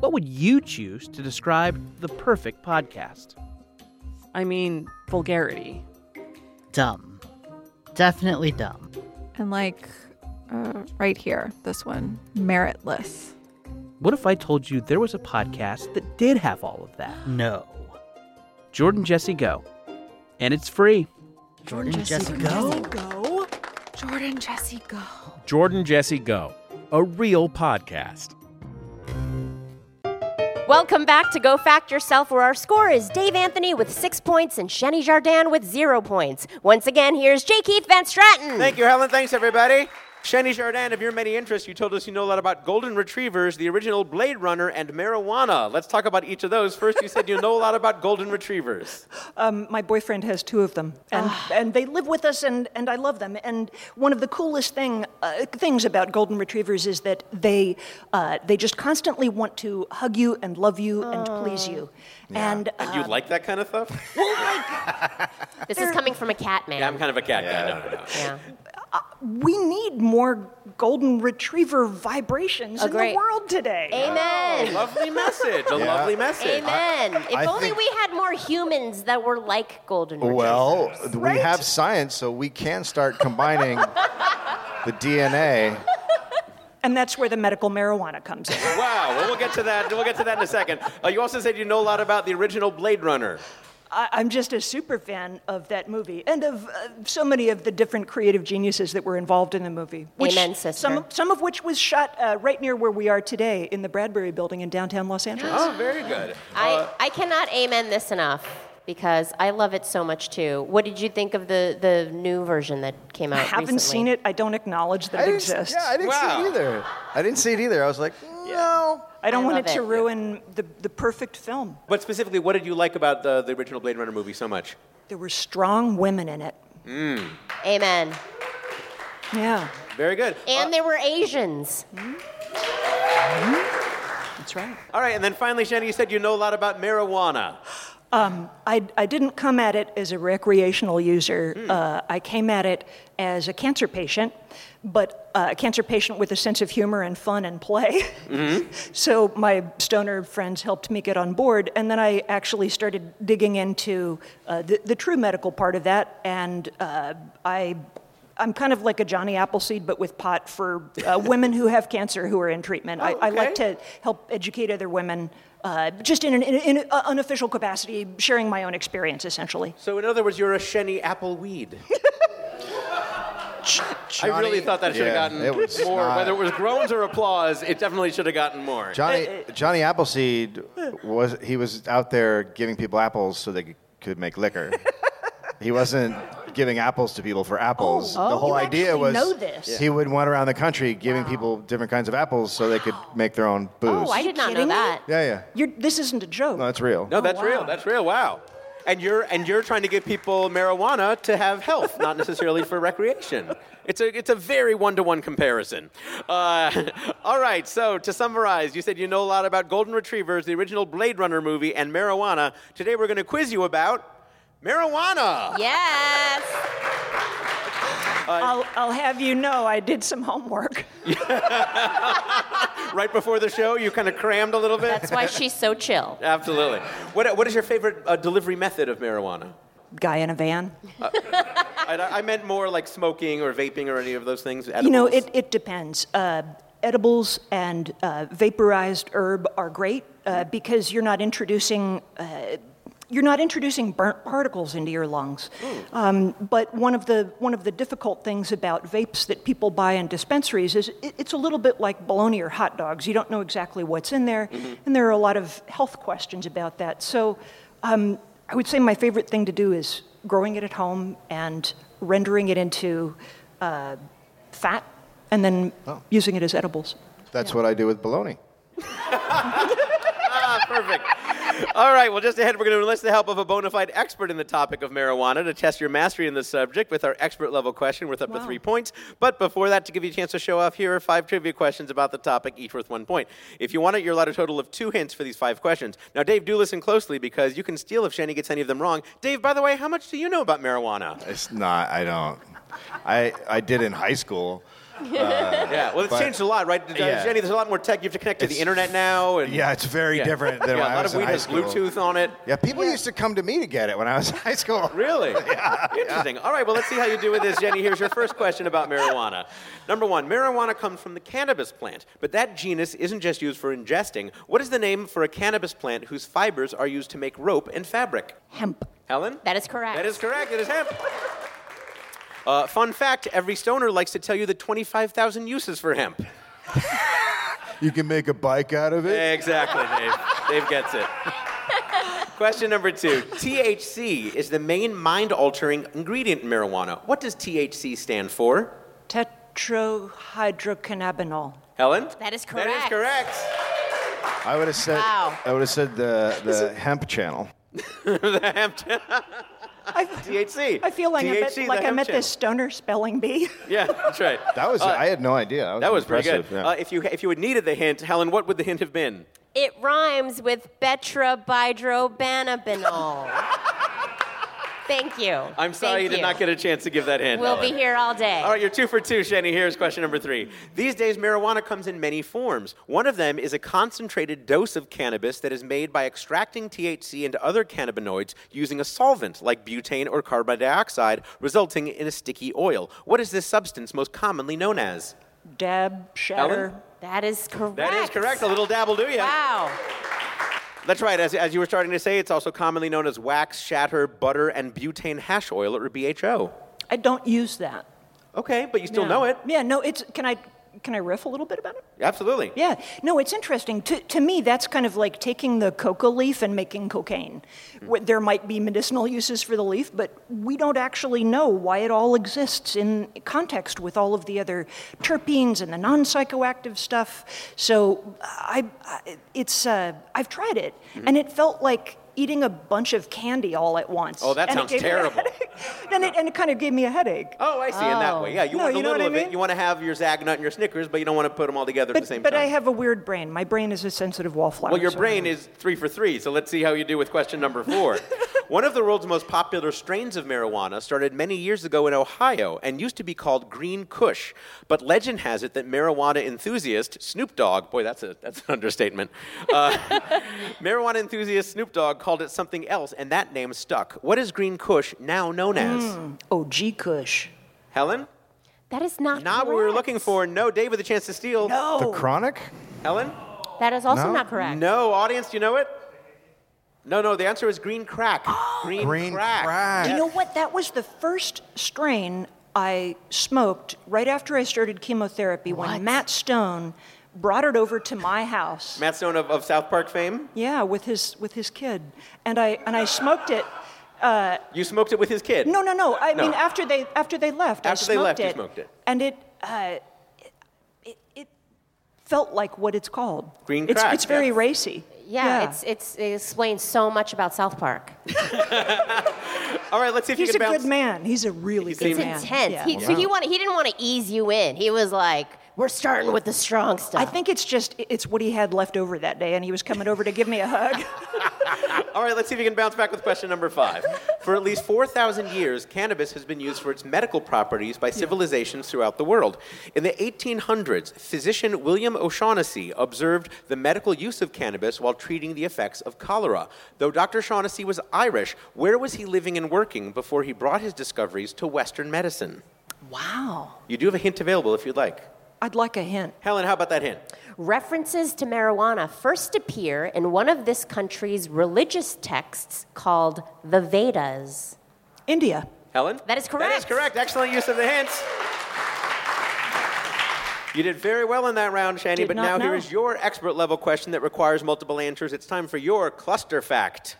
What would you choose to describe the perfect podcast?
I mean, vulgarity.
Dumb. Definitely dumb.
and like uh, right here, this one, meritless.
What if I told you there was a podcast that did have all of that? No. Jordan Jesse Go. And it's free.
Jordan, Jesse, go.
Go, Jordan, Jesse, go.
Jordan Jesse Go, a real podcast.
Welcome back to Go Fact Yourself, where our score is Dave Anthony with six points and Shenny Jardin with zero points. Once again, here's J. Keith Van Stratten.
Thank you, Helen. Thanks, everybody. Shani Jardin, of your many interests, you told us you know a lot about golden retrievers, the original Blade Runner, and marijuana. Let's talk about each of those. First, you said you know a lot about golden retrievers.
My boyfriend has two of them, and, and they live with us, and, and I love them. And one of the coolest thing, uh, things about golden retrievers is that they, uh, they just constantly want to hug you and love you and please you. And uh,
And you like that kind of stuff?
This is coming from a cat man.
Yeah, I'm kind of a cat guy. No, no, no.
Yeah.
we need more golden retriever vibrations in
Agree.
the world today.
Amen.
Lovely message. A
Yeah.
lovely message.
Amen. if
I
only
think-
we had more humans that were like golden retrievers.
Well,
Right?
we have science, so we can start combining the DNA.
And that's where the medical marijuana comes in.
Wow. Well, we'll get to that. We'll get to that in a second. Uh, you also said you know a lot about the original Blade Runner.
I, I'm just a super fan of that movie and of uh, so many of the different creative geniuses that were involved in the movie.
Amen, sister.
Some, some of which was shot uh, right near where we are today in the Bradbury Building in downtown Los Angeles.
Oh, very good.
I, I cannot amen this enough because I love it so much too. What did you think of the, the new version that came out
I haven't
recently?
seen it. I don't acknowledge that
I
it
didn't,
exists.
yeah, I didn't see
Wow.
it either. I didn't see it either. I was like, no.
I don't
I
want
love
it to
it.
ruin the, the perfect film.
But specifically, what did you like about the, the original Blade Runner movie so much?
There were strong women in it.
Amen.
Yeah,
Very good.
Uh,
And there were Asians.
that's right.
All right, and then finally, Shannon, you said you know a lot about marijuana.
I, I didn't come at it as a recreational user. Uh, I came at it as a cancer patient, but uh, a cancer patient with a sense of humor and fun and play. so my stoner friends helped me get on board, and then I actually started digging into uh, the, the true medical part of that, and uh, I. I'm kind of like a Johnny Appleseed, but with pot for uh, women who have cancer who are in treatment. I, I like to help educate other women, uh, just in an in, in an unofficial capacity, sharing my own experience essentially.
So, in other words, you're a Shenny Appleweed. I really
Johnny-
thought that should have
yeah,
gotten
it was
more.
not-
Whether it was groans or applause, it definitely should have gotten more.
Eh,
Johnny Johnny Appleseed was he was out there giving people apples so they could make liquor. he wasn't giving apples to people for apples.
Oh,
the whole
you
idea
actually
was
know this.
he would went around the country giving people different kinds of apples so they could make their own booze.
Oh, I did not know
kidding me?
that.
yeah, yeah.
You're, this isn't a joke.
No, that's real.
no, that's real. That's real. Oh, Wow. And you're and you're trying to give people marijuana to have health, not necessarily for recreation. It's a it's a very one to one comparison. Uh, all right. So to summarize, you said you know a lot about golden retrievers, the original Blade Runner movie, and marijuana. Today we're going to quiz you about marijuana.
Yes.
I'll, I'll have you know I did some homework.
right before the show, you kind of crammed a little bit.
That's why she's so chill.
Absolutely. What, what is your favorite uh, delivery method of marijuana?
Guy in a van.
I, I meant more like smoking or vaping or any of those things.
You know,
edibles.
it, it depends. Uh, edibles and uh, vaporized herb are great uh, because you're not introducing. Uh, you're not introducing burnt particles into your lungs. Um, but one of the one of the difficult things about vapes that people buy in dispensaries is it, it's a little bit like bologna or hot dogs. You don't know exactly what's in there, and there are a lot of health questions about that. So um, I would say my favorite thing to do is growing it at home and rendering it into uh, fat, and then
Oh.
using it as edibles.
That's what I do with bologna.
ah, perfect. All right, well, just ahead, we're going to enlist the help of a bona fide expert in the topic of marijuana to test your mastery in this subject with our expert level question worth up to
Wow.
three points. But before that, to give you a chance to show off, here are five trivia questions about the topic, each worth one point. If you want it, you're allowed a total of two hints for these five questions. Now, Dave, do listen closely because you can steal if Shani gets any of them wrong. Dave, by the way, how much do you know about marijuana?
It's not. I don't. I I did in high school.
yeah, well, it's
but-
changed a lot, right?
Yeah.
Shani, there's a lot more tech. You have to connect to the
It's-
internet now. And
Yeah, it's very
Yeah.
different than
yeah,
when
a
I
lot of
was in
weed
high
has
school.
Bluetooth on it.
Yeah, people used to come to me to get it when I was in high school.
Really? Interesting. All right, well, let's see how you do with this, Jenny. Here's your first question about marijuana. Number one, marijuana comes from the cannabis plant, but that genus isn't just used for ingesting. What is the name for a cannabis plant whose fibers are used to make rope and fabric?
Hemp.
Helen?
That is correct.
That is correct. It is hemp. Uh, fun fact every stoner likes to tell you the 25,000 uses for hemp.
You can make a bike out of it.
Exactly, Dave. Dave gets it. Question number two THC is the main mind altering ingredient in marijuana. What does THC stand for?
Tetrahydrocannabinol.
Helen?
That is correct.
That is correct.
I would have said.
Wow.
I would have said the the hemp channel.
the hemp channel. THC.
I feel like I met,
THC, the
like I
hemp
met
channel.
this stoner spelling bee.
Yeah, that's right.
That was.
Uh,
I had no idea.
that was pretty good.
impressive, yeah.
Uh, if you if you had needed the hint, Helen, what would the hint have been?
It rhymes with Betrabidrobanabinol. Thank you.
I'm sorry
Thank
you did not get a chance to give that hint.
We'll
Helen.
be here all day.
All right, you're two for two, Shani. Here's question number three. These days, marijuana comes in many forms. One of them is a concentrated dose of cannabis that is made by extracting THC and other cannabinoids using a solvent like butane or carbon dioxide, resulting in a sticky oil. What is this substance most commonly known as?
Dab, shatter.
That is correct.
That is correct. A little dabble, do you?
Wow.
That's right. As, as you were starting to say, it's also commonly known as wax, shatter, butter, and butane hash oil, or BHO.
I don't use that.
Okay, but you still know it.
Yeah, no, it's can I can I riff a little bit about it?
Absolutely.
Yeah. No, it's interesting. To to me that's kind of like taking the coca leaf and making cocaine.
Hmm.
Wh- There might be medicinal uses for the leaf, but we don't actually know why it all exists in context with all of the other terpenes and the non-psychoactive stuff. So I, I it's uh, I've tried it
Hmm.
and it felt like eating a bunch of candy all at once.
Oh, that
And it
sounds
gave me a
terrible.
headache. and it and it kind of gave me a headache.
Oh, I see. In that way, yeah. You
No,
want a
you know
little
what
of
I
it. You want to have your Zagnut and your Snickers, but you don't want to put them all together
But,
at the same
but
time.
I have a weird brain. My brain is a sensitive wallflower.
Well, your
so-
brain is three for three, so let's see how you do with question number four. One of the world's most popular strains of marijuana started many years ago in Ohio and used to be called Green Kush. But legend has it that marijuana enthusiast Snoop Dogg, boy, that's, a, that's an understatement, uh, marijuana enthusiast Snoop Dogg called it something else, and that name stuck. What is Green Kush now known as?
Hmm. OG oh, Kush.
Helen?
That is not.
Not what we were looking for. No, Dave with a chance to steal.
No.
The chronic.
Helen?
That is also
No.
not correct.
No, audience, do you know it? No, no, the answer is green crack. green,
Green
crack.
crack.
Do you know what? That was the first strain I smoked right after I started chemotherapy when Matt Stone brought it over to my house.
Matt Stone of, of South Park fame.
Yeah, with his with his kid, and I and I smoked it.
You smoked it with his kid.
No, no, no. I
No.
mean, after they after they left, I
After they left, you
smoked it.
smoked it.
And it, uh, it, it, it felt like what it's called.
Green
It's,
crack,
it's very
yeah.
racy.
Yeah, It's, it's it explains so much about South Park.
All right, let's see if
He's
you
a
can bounce.
good man. He's a really good
It's
man.
intense.
Yeah.
He, So he wanted, he didn't want to ease you in. He was like, "We're starting with the strong stuff."
I think it's just it's what he had left over that day, and he was coming over to give me a hug.
All right, let's see if you can bounce back with question number five. For at least 4,000 years, cannabis has been used for its medical properties by civilizations throughout the world. In the 1800s, physician William O'Shaughnessy observed the medical use of cannabis while treating the effects of cholera. Though Dr. Shaughnessy was Irish, where was he living and working before he brought his discoveries to Western medicine?
wow.
You do have a hint available if you'd like.
I'd like a hint.
Helen, how about that hint?
References to marijuana first appear in one of this country's religious texts called the Vedas.
India.
Helen?
That is
That is
correct.
correct. Excellent use of the hints. You did very well in that round, Shani,
Did
but
not
now here
know.
is your expert level question that requires multiple answers. It's time for your cluster fact.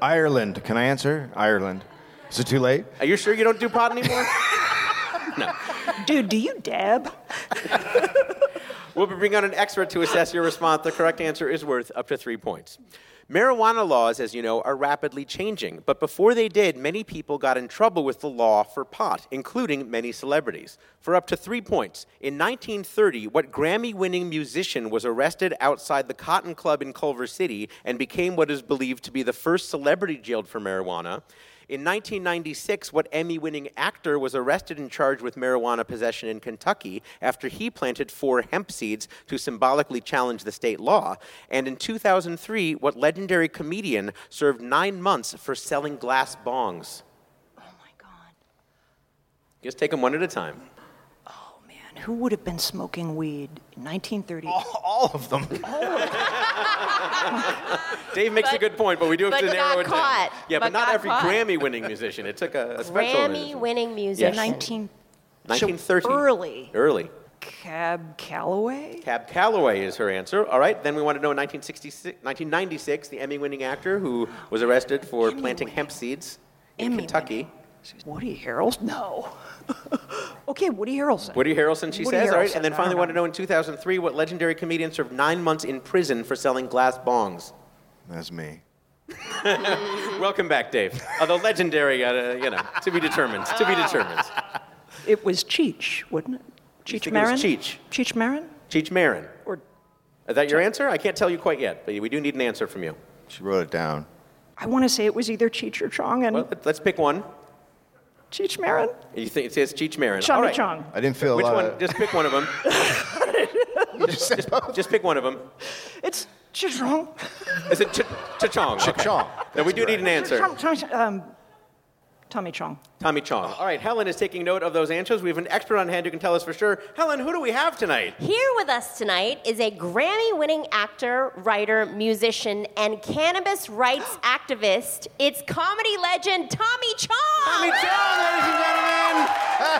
Ireland. Can I answer? Ireland. Is it too late?
Are you sure you don't do pot anymore?
Dude, do you dab? Oh
We'll be bringing on an expert to assess your response. The correct answer is worth up to three points. Marijuana laws, as you know, are rapidly changing, but before they did, many people got in trouble with the law for pot, including many celebrities. For up to three points, in 1930, what Grammy winning musician was arrested outside the Cotton Club in Culver City and became what is believed to be the first celebrity jailed for marijuana? In 1996, what Emmy winning actor was arrested and charged with marijuana possession in Kentucky after he planted four hemp seeds to symbolically challenge the state law? And in 2003, what legendary comedian served nine months for selling glass bongs? Oh my God. Just take them one at a time.
And who would have been smoking weed in 1930?
Oh.
All of them.
Dave makes a
But-
good point, but we do have
but
to
got
narrow it
caught.
down. Yeah,
But
but, not
got
every
caught.
Grammy winning musician. It took a, a special.
Grammy winning musician.
19
1930.
early.
Early.
Cab Calloway?
Cab Calloway is her answer. All right, then we want to know in 1966 1996, the Emmy winning actor who was arrested for planting hemp seeds in
Emmy
Kentucky.
Woody Harrelson? No. okay, Woody Harrelson.
Woody Harrelson, she
Woody
says. All right,
Harrelson, uh-huh.
and then
I
finally
don't
want to know in 2003 what legendary comedian served nine months in prison for selling glass bongs.
That's me.
Welcome back, Dave. Although legendary, uh, you know, to be determined. To be determined.
It was Cheech, wasn't it?
think
Cheech
it was
Marin?
Cheech.
Cheech Marin?
Cheech Marin.
Or
Is that your answer? I can't tell you quite yet, but we do need an answer from you.
She wrote it down.
I want to say it was either Cheech or Chong and
Well, let- let's pick one.
Cheech Marin?
You think it says Cheech Marin?
Chong
All
and
right.
Chong.
I didn't feel
Which
a lot
one?
of-
Just pick one of them. Just pick one of them.
It's Cheech Chong.
Is it Ch- Chong?
Chong.
No, we do need an answer.
Chong- Chong- um, Tommy Chong.
Tommy Chong. All right, Helen is taking note of those answers. We have an expert on hand who can tell us for sure. Helen, who do we have tonight?
Here with us tonight is a Grammy winning actor, writer, musician, and cannabis rights activist. It's comedy legend Tommy Chong.
Tommy Chong, ladies and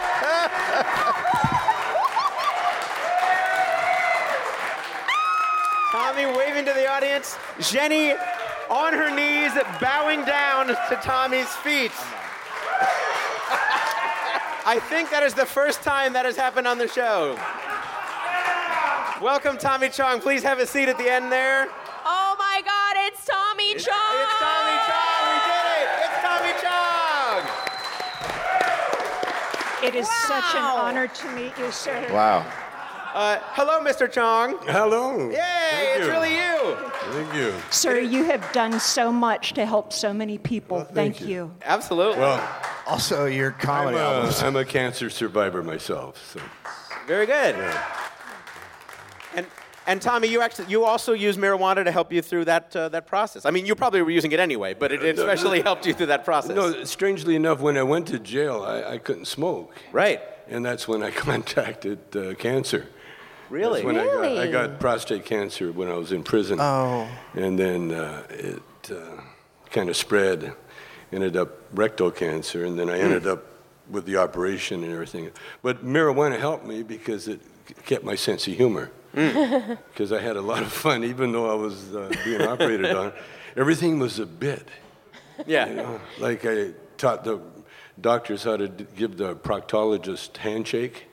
gentlemen. Tommy waving to the audience. Jenny on her knees, bowing down to Tommy's feet. I think that is the first time that has happened on the show. Welcome, Tommy Chong. Please have a seat at the end there.
Oh my God, it's Tommy
It's
Chong.
Tommy Chong. We did it. It's Tommy Chong.
It is such an honor to meet you, sir.
Wow.
Uh, hello, Mr. Chong.
Hello.
Yay, it's
you.
really you.
Thank you.
Sir, you have done so much to help so many people. thank you.
Absolutely.
Well,
Also, your
I'm
comedy
a,
albums.
I'm a cancer survivor myself. So.
Very good. And and Tommy, you actually you also use marijuana to help you through that uh, that process. I mean, you probably were using it anyway, but it especially helped you through that process.
No, strangely enough, when I went to jail, I, I couldn't smoke.
Right.
And that's when I contacted uh, cancer.
Really?
That's when I,
Really?
got, I got prostate cancer when I was in prison.
Oh.
And then uh, it uh, kind of spread, ended up rectal cancer, and then I ended
Hmm.
up with the operation and everything. But marijuana helped me because it kept my sense of humor.
Hmm.
Because I had a lot of fun, even though I was uh, being operated on. Everything was a bit.
Yeah.
Like I taught the doctors how to d- give the proctologist handshake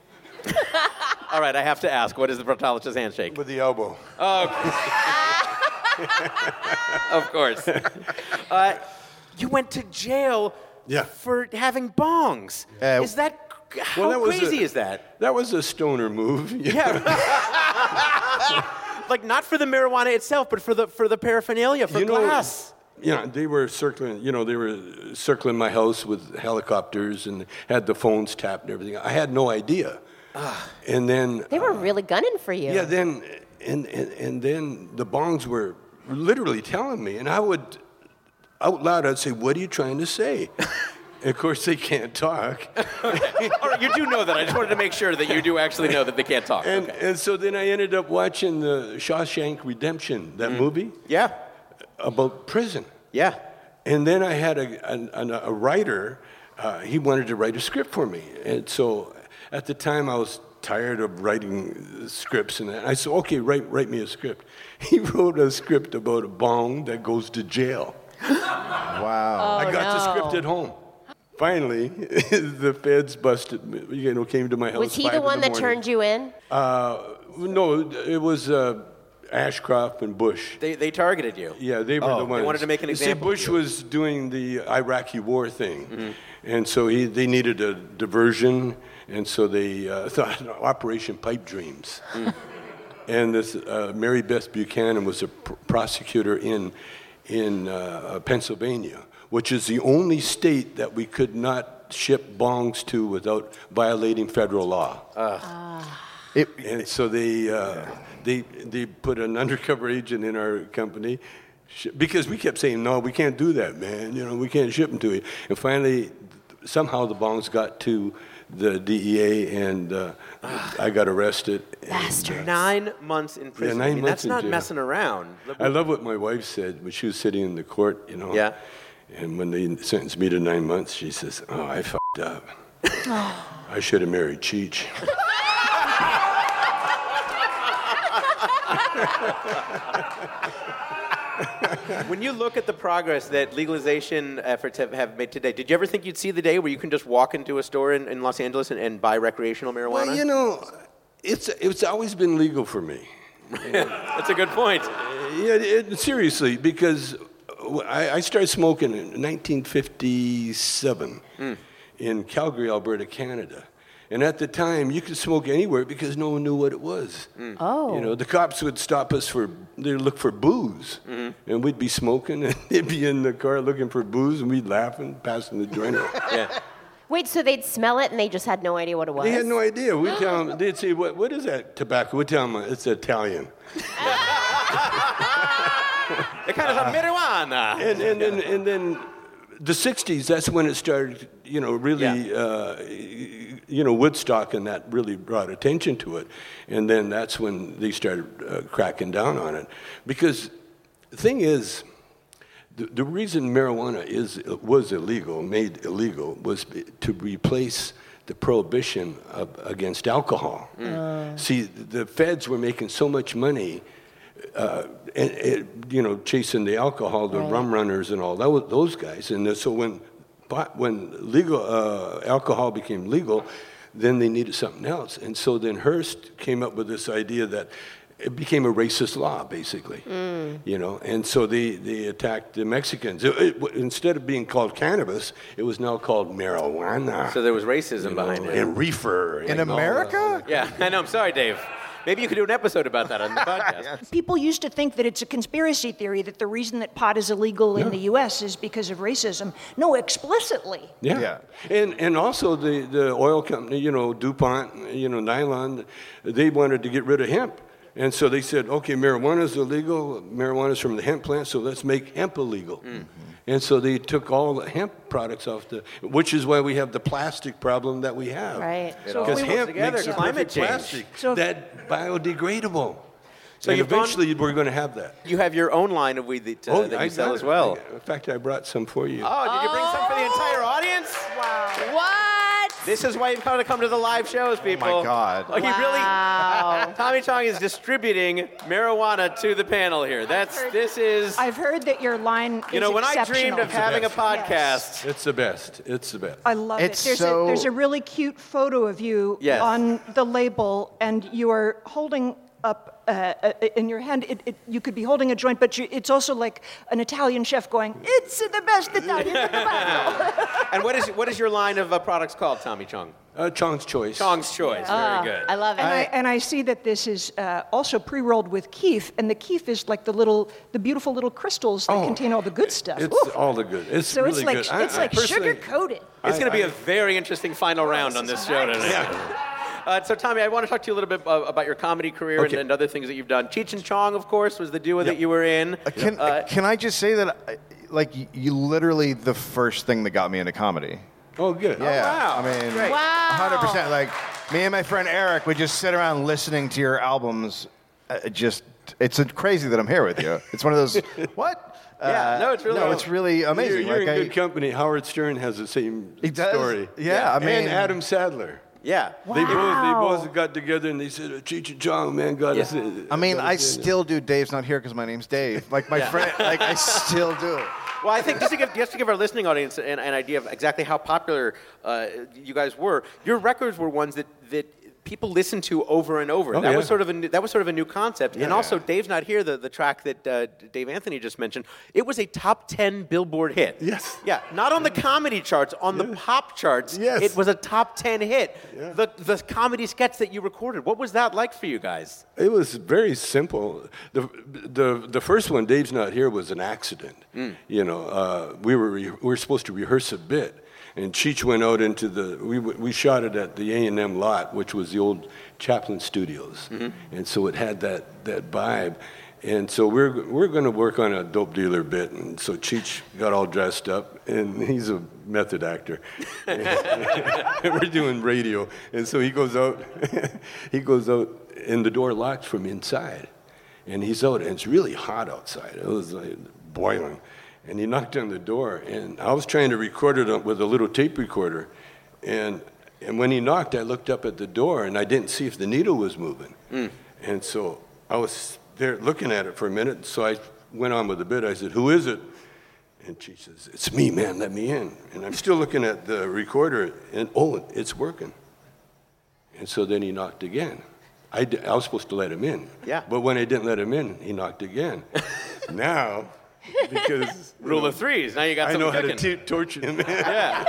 All right, I have to ask, what is the proctologist's handshake?
with the elbow.
Of course. uh, you went to jail
Yeah.
for having bongs.
Uh,
is that how
Well, that was
crazy
a-
is that?
That was a stoner move.
Yeah. like not for the marijuana itself, but for the for the paraphernalia, for
you know,
glass.
Yeah, they were circling. You know, they were circling my house with helicopters and had the phones tapped and everything. I had no idea.
Ah.
and then
They were really gunning for you.
yeah, then and, and and then the bongs were literally telling me, and I would out loud I'd say, "What are you trying to say?" Of course, they can't talk.
All right, you do know that. I just wanted to make sure that you do actually know that they can't talk.
And, and so then I ended up watching the Shawshank Redemption, that movie.
Mm-hmm. Yeah.
About prison.
Yeah.
And then I had a, an, an, a writer, uh, he wanted to write a script for me. And so at the time I was tired of writing scripts and that. I said, okay, write, write me a script. He wrote a script about a bong that goes to jail.
Wow.
Oh,
I got the script at home. Finally, the feds busted me, you know, came to my house.
Was he the one that turned you in?
Uh, no, it was uh, Ashcroft and Bush.
They, they targeted you.
Yeah, they were
Oh.
the
They
ones.
wanted to make an
You see,
example Mm-hmm. of
Bush was doing the Iraqi war thing, and so he, they needed a diversion, and so they uh, thought Operation Pipe Dreams.
Mm.
and this uh, Mary Beth Buchanan was a pr- prosecutor in in uh, Pennsylvania, which is the only state that we could not ship bongs to without violating federal law. and so they, uh, they, they put an undercover agent in our company sh- because we kept saying, no, we can't do that, man. You know, we can't ship them to you. And finally, somehow the bongs got to the DEA and uh, I got arrested. Bastard.
Nine months in prison.
nine
I mean,
months
that's
in
not
jail.
messing around.
I love what my wife said when she was sitting in the court, you know.
Yeah.
And when they sentenced me to nine months, she says, oh, I fucked up. I should have married Cheech.
when you look at the progress that legalization efforts have, have made today, did you ever think you'd see the day where you can just walk into a store in, in Los Angeles and, and buy recreational marijuana?
Well, you know, it's it's always been legal for me.
That's a good point.
Yeah, it, seriously, because I, I started smoking in 1957 in Calgary, Alberta, Canada, and at the time you could smoke anywhere because no one knew what it was.
Oh.
You know, the cops would stop us for they would look for booze, and we'd be smoking, and they'd be in the car looking for booze, and we'd laughing, passing the joint. yeah.
Wait, so they'd smell it and they just had no idea what it was?
They had no idea. We tell them, they'd say, what, what is that tobacco? We tell them it's Italian.
They kind of thought marijuana.
And, and, then and then the 60s, that's when it started, you know, really, uh, you know, Woodstock and that really brought attention to it. And then that's when they started uh, cracking down on it. Because the thing is, the, the reason marijuana is, was illegal, made illegal, was to replace the prohibition of, against alcohol. See, the feds were making so much money, uh, and, and, you know, chasing the alcohol, the rum runners, and all that, was- those guys. And so when pot- when legal uh, alcohol became legal, then they needed something else. And so then Hearst came up with this idea that it became a racist law, basically. You know, and so they, they attacked the Mexicans. It- it w- instead of being called cannabis, it was now called marijuana.
So there was racism behind it.
and reefer.
In
and all that.
America? Yeah, I know. I'm sorry, Dave. Maybe you could do an episode about that on the podcast.
People used to think that it's a conspiracy theory that the reason that pot is illegal in the US is because of racism. No, explicitly.
Yeah. And and also the, the oil company, you know, DuPont, you know, nylon, they wanted to get rid of hemp. And so they said, okay, marijuana's illegal, marijuana's from the hemp plant, so let's make hemp illegal.
Mm-hmm.
And so they took all the hemp products off the, which is why we have the plastic problem that we have.
Right. It
all
Because
comes
hemp
together,
makes the
climate
perfect
change.
plastic, that biodegradable.
So
So and
you've gone-
eventually we're going to have that.
You have your own line of weed that, uh,
Oh,
that
I
you sell
got
as
it.
well.
In fact, I brought some for you.
Oh, did you bring some for the entire audience? Wow.
What?
This is why you've got to come to the live shows, people.
God.
Oh, he really. Tommy Chong is distributing marijuana to the panel here. That's this is.
I've heard that your line
You
is
know, when I
exceptional.
dreamed of having a podcast,
It's the best. It's the best.
I love
It's
it. There's,
so-
a, there's a really cute photo of you
Yes.
on the label, and you are holding up uh, uh, in your hand. It, it, you could be holding a joint, but you, it's also like an Italian chef going, "It's the best Italian tobacco."
and what is what is your line of uh, products called, Tommy Chong?
Uh, Chong's Choice.
Chong's Choice.
Ah,
Very good.
I love
And I, and I see that this is uh, also pre-rolled with keef, and the keef is like the little, the beautiful little crystals that contain all the good stuff.
Oh. It's
Oof.
all the good. It's
so
really
it's like
good. I-
it's
I
like
personally-
sugar coated.
It's
I-
going to be a
I-
very interesting final round on this show tonight. Uh, so, Tommy, I want to talk to you a little bit uh, about your comedy career and, and other things that you've done. Cheech and Chong, of course, was the duo that you were in.
Uh,
Uh,
Can, can I just say that, I- like, y- you literally the first thing that got me into comedy.
Oh, good.
Yeah. I mean,
Great. Wow.
100%. Like, me and my friend Eric would just sit around listening to your albums. Uh, just, it's uh, crazy that I'm here with you. It's one of those, what?
Yeah,
Uh,
no, it's really-
no, it's really amazing.
You're, you're
like
in
I-
good company. Howard Stern has the same
He does?
story.
Yeah, I mean-
and Adam Sadler.
Yeah,
they
Wow.
both they both got together and they said, "Uh, "Cheech and Chong, man, got us." in."
I mean,
Got
I
us in."
still do Dave's Not Here because my name's Dave. Like, my
Yeah.
friend, like, I still do it.
Well, I think just to give, just to give our listening audience an, an idea of exactly how popular uh, you guys were, your records were ones that, that people listened to over and over.
Oh,
that
yeah.
was sort of a new, that was sort of a new concept. And
Yeah.
also, Dave's not here. The, the track that uh, Dave Anthony just mentioned, it was a top ten Billboard hit. Yes. Yeah, not on the comedy charts, on the pop charts. Yes. It was a top ten hit. The the comedy sketch that you recorded, what was that like for you guys?
It was very simple. The, the, the first one, Dave's Not Here, was an accident. You know, uh, we, were re- we were supposed to rehearse a bit, and Cheech went out into the, we, w- we shot it at the A&M lot, which was the old Chaplin Studios. And so it had that, that vibe. And so we're, we're going to work on a dope dealer bit. And so Cheech got all dressed up, and he's a method actor. we're doing radio. And so he goes out, he goes out, and the door locks from inside. And he's out, and it's really hot outside. It was like boiling. And he knocked on the door, and I was trying to record it with a little tape recorder. And, and when he knocked, I looked up at the door, and I didn't see if the needle was moving. And so I was there looking at it for a minute, so I went on with the bit. I said, Who is it? And she says, It's me, man, let me in. And I'm still looking at the recorder, and oh, it's working. And so then he knocked again. I, d- I was supposed to let him in.
Yeah.
But when I didn't let him in, he knocked again. now, because. you
Rule
know,
of threes. Now you got
I
something
know how to
cooking.
t- torture him.
yeah.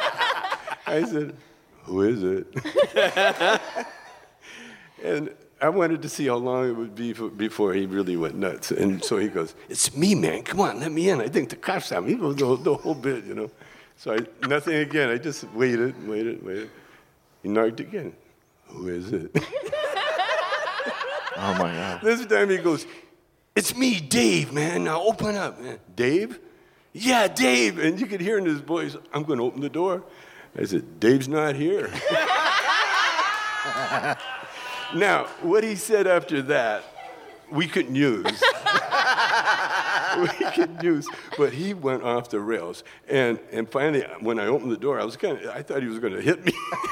I said, Who is it? and I wanted to see how long it would be for, before he really went nuts. And so he goes, It's me, man. Come on, let me in. I think the cops have me. He goes, The, the whole bit, you know. So I, nothing again. I just waited, and waited, and waited. He knocked again. Who is it?
Oh, my God.
this time he goes, It's me, Dave, man. Now open up, man. Dave? Yeah, Dave. And you could hear in his voice, I'm going to open the door. I said, Dave's not here. now, what he said after that, we couldn't use. we could use. But he went off the rails. And, and finally, when I opened the door, I was kind of, I thought he was going to hit me.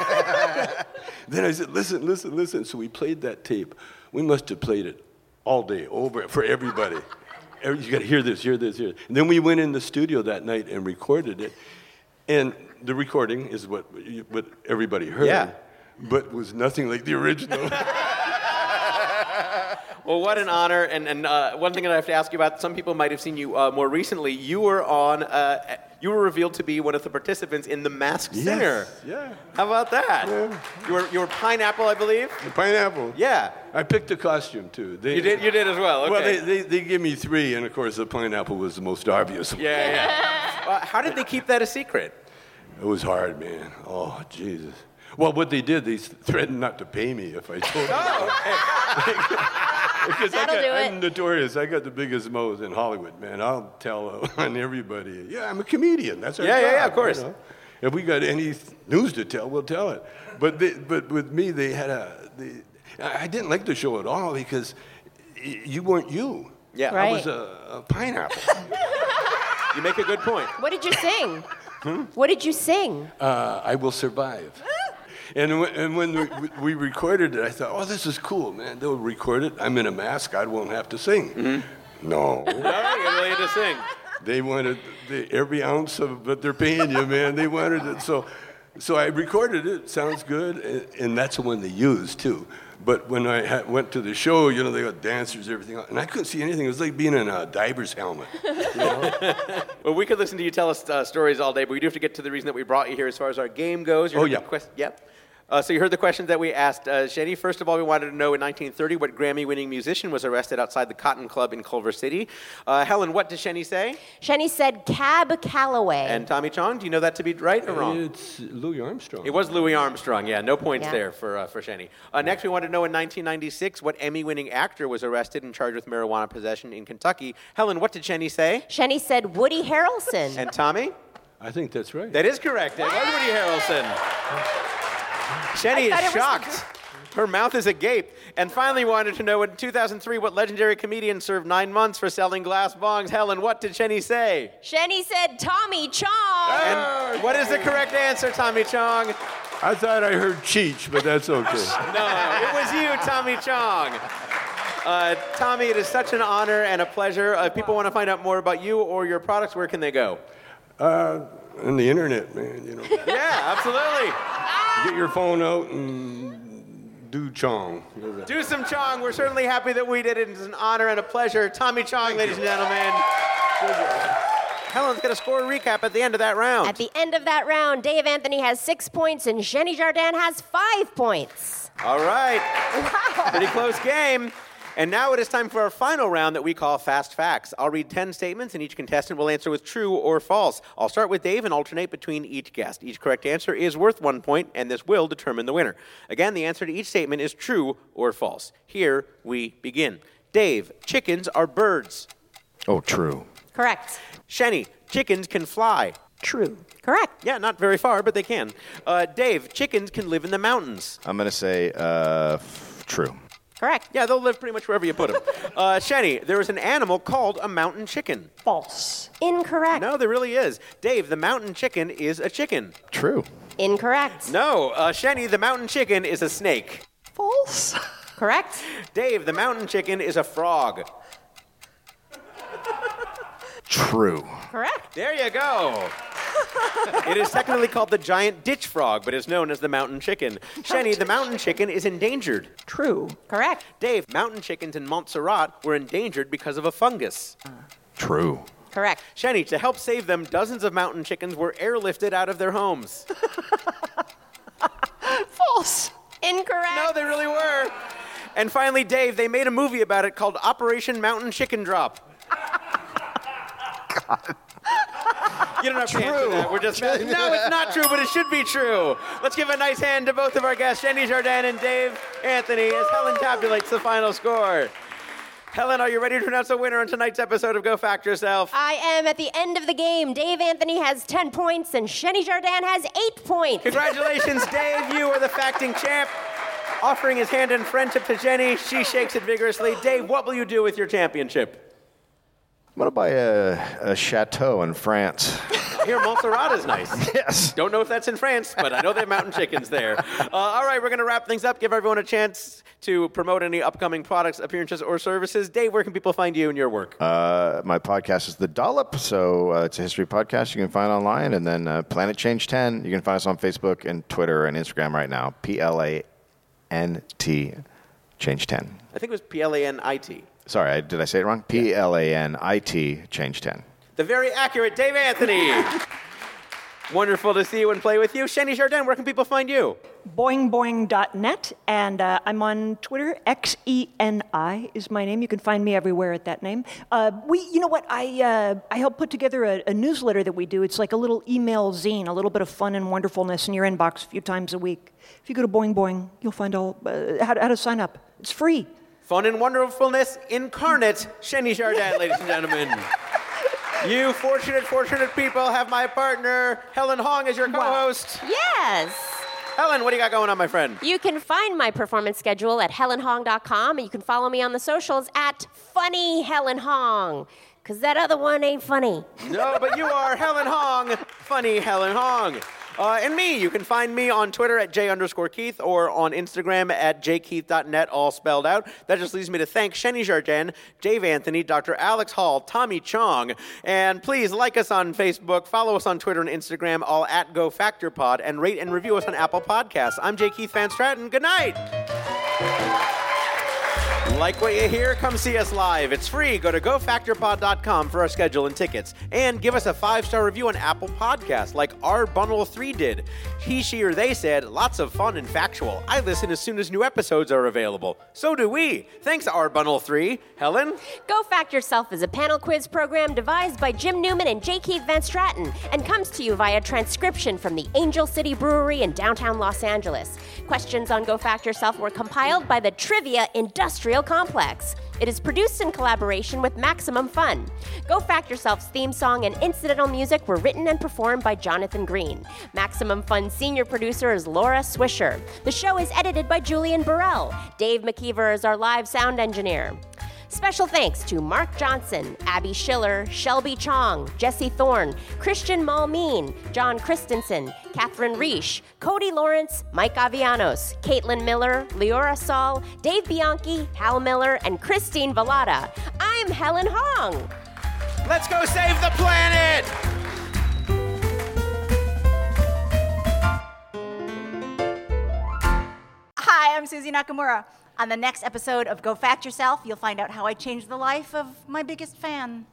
then I said, listen, listen, listen. So we played that tape. We must have played it all day over for everybody. Every- You got to hear this, hear this, hear. This. And then we went in the studio that night and recorded it. And the recording is what, you- what everybody heard.
Yeah.
But was nothing like the original.
Well, what an honor. And, and uh, one thing that I have to ask you about, some people might have seen you uh, more recently. You were on, uh, you were revealed to be one of the participants in The Masked Singer.
Yeah.
How about that? You, were, you were Pineapple, I believe?
Pineapple.
Yeah.
I picked a costume too. They,
You did- you did as well,
Well,
okay.
they, they, they gave me three, and of course the pineapple was the most obvious one.
Yeah, yeah. uh, how did they keep that a secret?
It was hard, man. Oh, Jesus. Well, what they did, they threatened not to pay me if I told them.
Oh,
Because I
That'll
got,
do it.
I'm notorious. I got the biggest mouth in Hollywood, man. I'll tell uh, on everybody. Yeah, I'm a comedian. That's our
Yeah, yeah, yeah,
job,
of course.
you know. If we got any th- news to tell, we'll tell it. But they, but with me, they had a. They, I I didn't like the show at all because y- you weren't you.
Yeah.
I was
Right.
a, a pineapple.
You make a good point.
What did you sing? What did you sing?
uh, I will survive. And, w- and when we, we recorded it, I thought, oh, this is cool, man. They'll record it. I'm in a mask. I won't have to sing. No.
Oh, you really had to sing.
they wanted the, every ounce of what they're paying you, man. They wanted it. So, so I recorded it. Sounds good. And, and that's the one they used, too. But when I ha- went to the show, you know, they got dancers, everything. And I couldn't see anything. It was like being in a diver's helmet.
Well, we could listen to you tell us uh, stories all day, but we do have to get to the reason that we brought you here as far as our game goes. You
Oh,
heard the
yeah.
Quest- yep. Uh, so you heard the questions that we asked. Uh, Shani, first of all, we wanted to know in 1930 what Grammy-winning musician was arrested outside the Cotton Club in Culver City. Uh, Helen, what did Shani say?
Shenny said Cab Calloway.
And Tommy Chong, do you know that to be right or wrong?
It's Louis Armstrong.
It was Louis Armstrong. Yeah, no points
Yeah.
there for uh, for Shani. Uh, next, we wanted to know in 1996 what Emmy-winning actor was arrested and charged with marijuana possession in Kentucky. Helen, what did Shani say?
Shenny said Woody Harrelson.
And Tommy?
I think that's right.
That is correct. Ed. Everybody, Harrelson. Jenny
I
is
thought it was the
shocked. Her mouth is agape. And finally, wanted to know in 2003 what legendary comedian served nine months for selling glass bongs. Helen, what did Jenny say?
Shenny said Tommy Chong.
And what is the correct answer, Tommy Chong?
I thought I heard Cheech, but that's okay.
No, it was you, Tommy Chong. Uh, Tommy, it is such an honor and a pleasure. Uh, if people want to find out more about you or your products, where can they go?
Uh, and the internet, man, you know.
yeah, absolutely.
Get your phone out and do chong.
Do some Chong. We're certainly happy that we did it. It's an honor and a pleasure. Tommy Chong, ladies and gentlemen. Helen's going to score a recap at the end of that round.
At the end of that round, Dave Anthony has six points and Jenny Jardin has five points.
All right. Pretty close game. And now it is time for our final round that we call Fast Facts. I'll read 10 statements, and each contestant will answer with true or false. I'll start with Dave and alternate between each guest. Each correct answer is worth one point, and this will determine the winner. Again, the answer to each statement is true or false. Here we begin. Dave, chickens are birds.
Oh, true.
Correct.
Shenny, chickens can fly.
True.
Correct.
Yeah, not very far, but they can. Uh, Dave, chickens can live in the mountains.
I'm going to say uh, f- true.
Correct.
Yeah, they'll live pretty much wherever you put them. uh, Shenny, there is an animal called a mountain chicken.
False.
Incorrect.
No, there really is. Dave, the mountain chicken is a chicken.
True.
Incorrect.
No, uh, Shenny, the mountain chicken is a snake.
False.
Correct.
Dave, the mountain chicken is a frog.
True.
Correct.
There you go. it is technically called the giant ditch frog, but is known as the mountain chicken. Shenny, the mountain chicken is endangered.
True.
Correct.
Dave, mountain chickens in Montserrat were endangered because of a fungus.
True.
Correct.
Shenny, to help save them, dozens of mountain chickens were airlifted out of their homes.
False.
Incorrect.
no, they really were. And finally, Dave, they made a movie about it called Operation Mountain Chicken Drop. You don't have to answer that. We're just no, it's not true, but it should be true. Let's give a nice hand to both of our guests, Jenny Jardin and Dave Anthony, as Helen tabulates the final score. Helen, are you ready to announce a winner on tonight's episode of Go Fact Yourself?
I am at the end of the game. Dave Anthony has 10 points and Shenny Jardin has 8 points.
Congratulations, Dave. You are the facting champ. Offering his hand in friendship to Jenny, she shakes it vigorously. Dave, what will you do with your championship?
I'm going to buy a, a chateau in France.
Here, Montserrat is nice.
Yes.
Don't know if that's in France, but I know they have mountain chickens there. Uh, all right, we're going to wrap things up. Give everyone a chance to promote any upcoming products, appearances, or services. Dave, where can people find you and your work?
Uh, my podcast is The Dollop, so uh, it's a history podcast you can find online. And then uh, Planet Change 10, you can find us on Facebook and Twitter and Instagram right now. P L A N T Change 10.
I think it was P L A N I T.
Sorry, I- did I say it wrong? P L A N I T Change 10.
The very accurate Dave Anthony. Wonderful to see you and play with you. Shani Jardin, where can people find you?
boingboing.net, and uh, I'm on Twitter. X E N I is my name. You can find me everywhere at that name. Uh, we, you know what? I uh, I helped put together a, a newsletter that we do. It's like a little email zine, a little bit of fun and wonderfulness in your inbox a few times a week. If you go to Boing Boing, you'll find all uh, how, to- how to sign up. It's free.
Fun and wonderfulness incarnate, Shani Jardin, ladies and gentlemen. You fortunate, fortunate people have my partner, Helen Hong, as your co host.
Yes.
Helen, what do you got going on, my friend?
You can find my performance schedule at helenhong.com and you can follow me on the socials at funny Helen Hong cuz that other one ain't funny.
No, but you are Helen Hong, funny Helen Hong. Uh, and me, you can find me on Twitter at J underscore Keith or on Instagram at jkeith.net, all spelled out. That just leaves me to thank Shenny Jardin, Dave Anthony, Dr. Alex Hall, Tommy Chong. And please like us on Facebook, follow us on Twitter and Instagram, all at GoFactorPod, and rate and review us on Apple Podcasts. I'm J. Keith Van Stratton. Good night. Like what you hear? Come see us live. It's free. Go to gofactorpod.com for our schedule and tickets. And give us a five star review on Apple Podcasts, like R. Bunnell3 did. He, she, or they said, lots of fun and factual. I listen as soon as new episodes are available. So do we. Thanks, R. Bunnell3. Helen?
Go Fact Yourself is a panel quiz program devised by Jim Newman and J. Keith Van Stratton and comes to you via transcription from the Angel City Brewery in downtown Los Angeles. Questions on Go Fact Yourself were compiled by the Trivia Industrial Complex. It is produced in collaboration with Maximum Fun. Go Fact Yourself's theme song and incidental music were written and performed by Jonathan Green. Maximum Fun's senior producer is Laura Swisher. The show is edited by Julian Burrell. Dave McKeever is our live sound engineer. Special thanks to Mark Johnson, Abby Schiller, Shelby Chong, Jesse Thorne, Christian Malmeen, John Christensen, Catherine Reisch, Cody Lawrence, Mike Avianos, Caitlin Miller, Leora Saul, Dave Bianchi, Hal Miller, and Christine Vallada. I'm Helen Hong.
Let's go save the planet!
Hi, I'm Susie Nakamura. On the next episode of Go Fact Yourself, you'll find out how I changed the life of my biggest fan.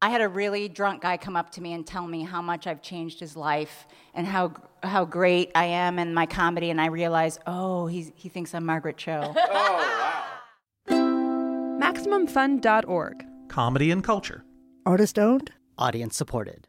I had a really drunk guy come up to me and tell me how much I've changed his life and how how great I am in my comedy, and I realized, oh, he's, he thinks I'm Margaret Cho.
MaximumFun.org.
Comedy and culture.
Artist owned? Audience supported.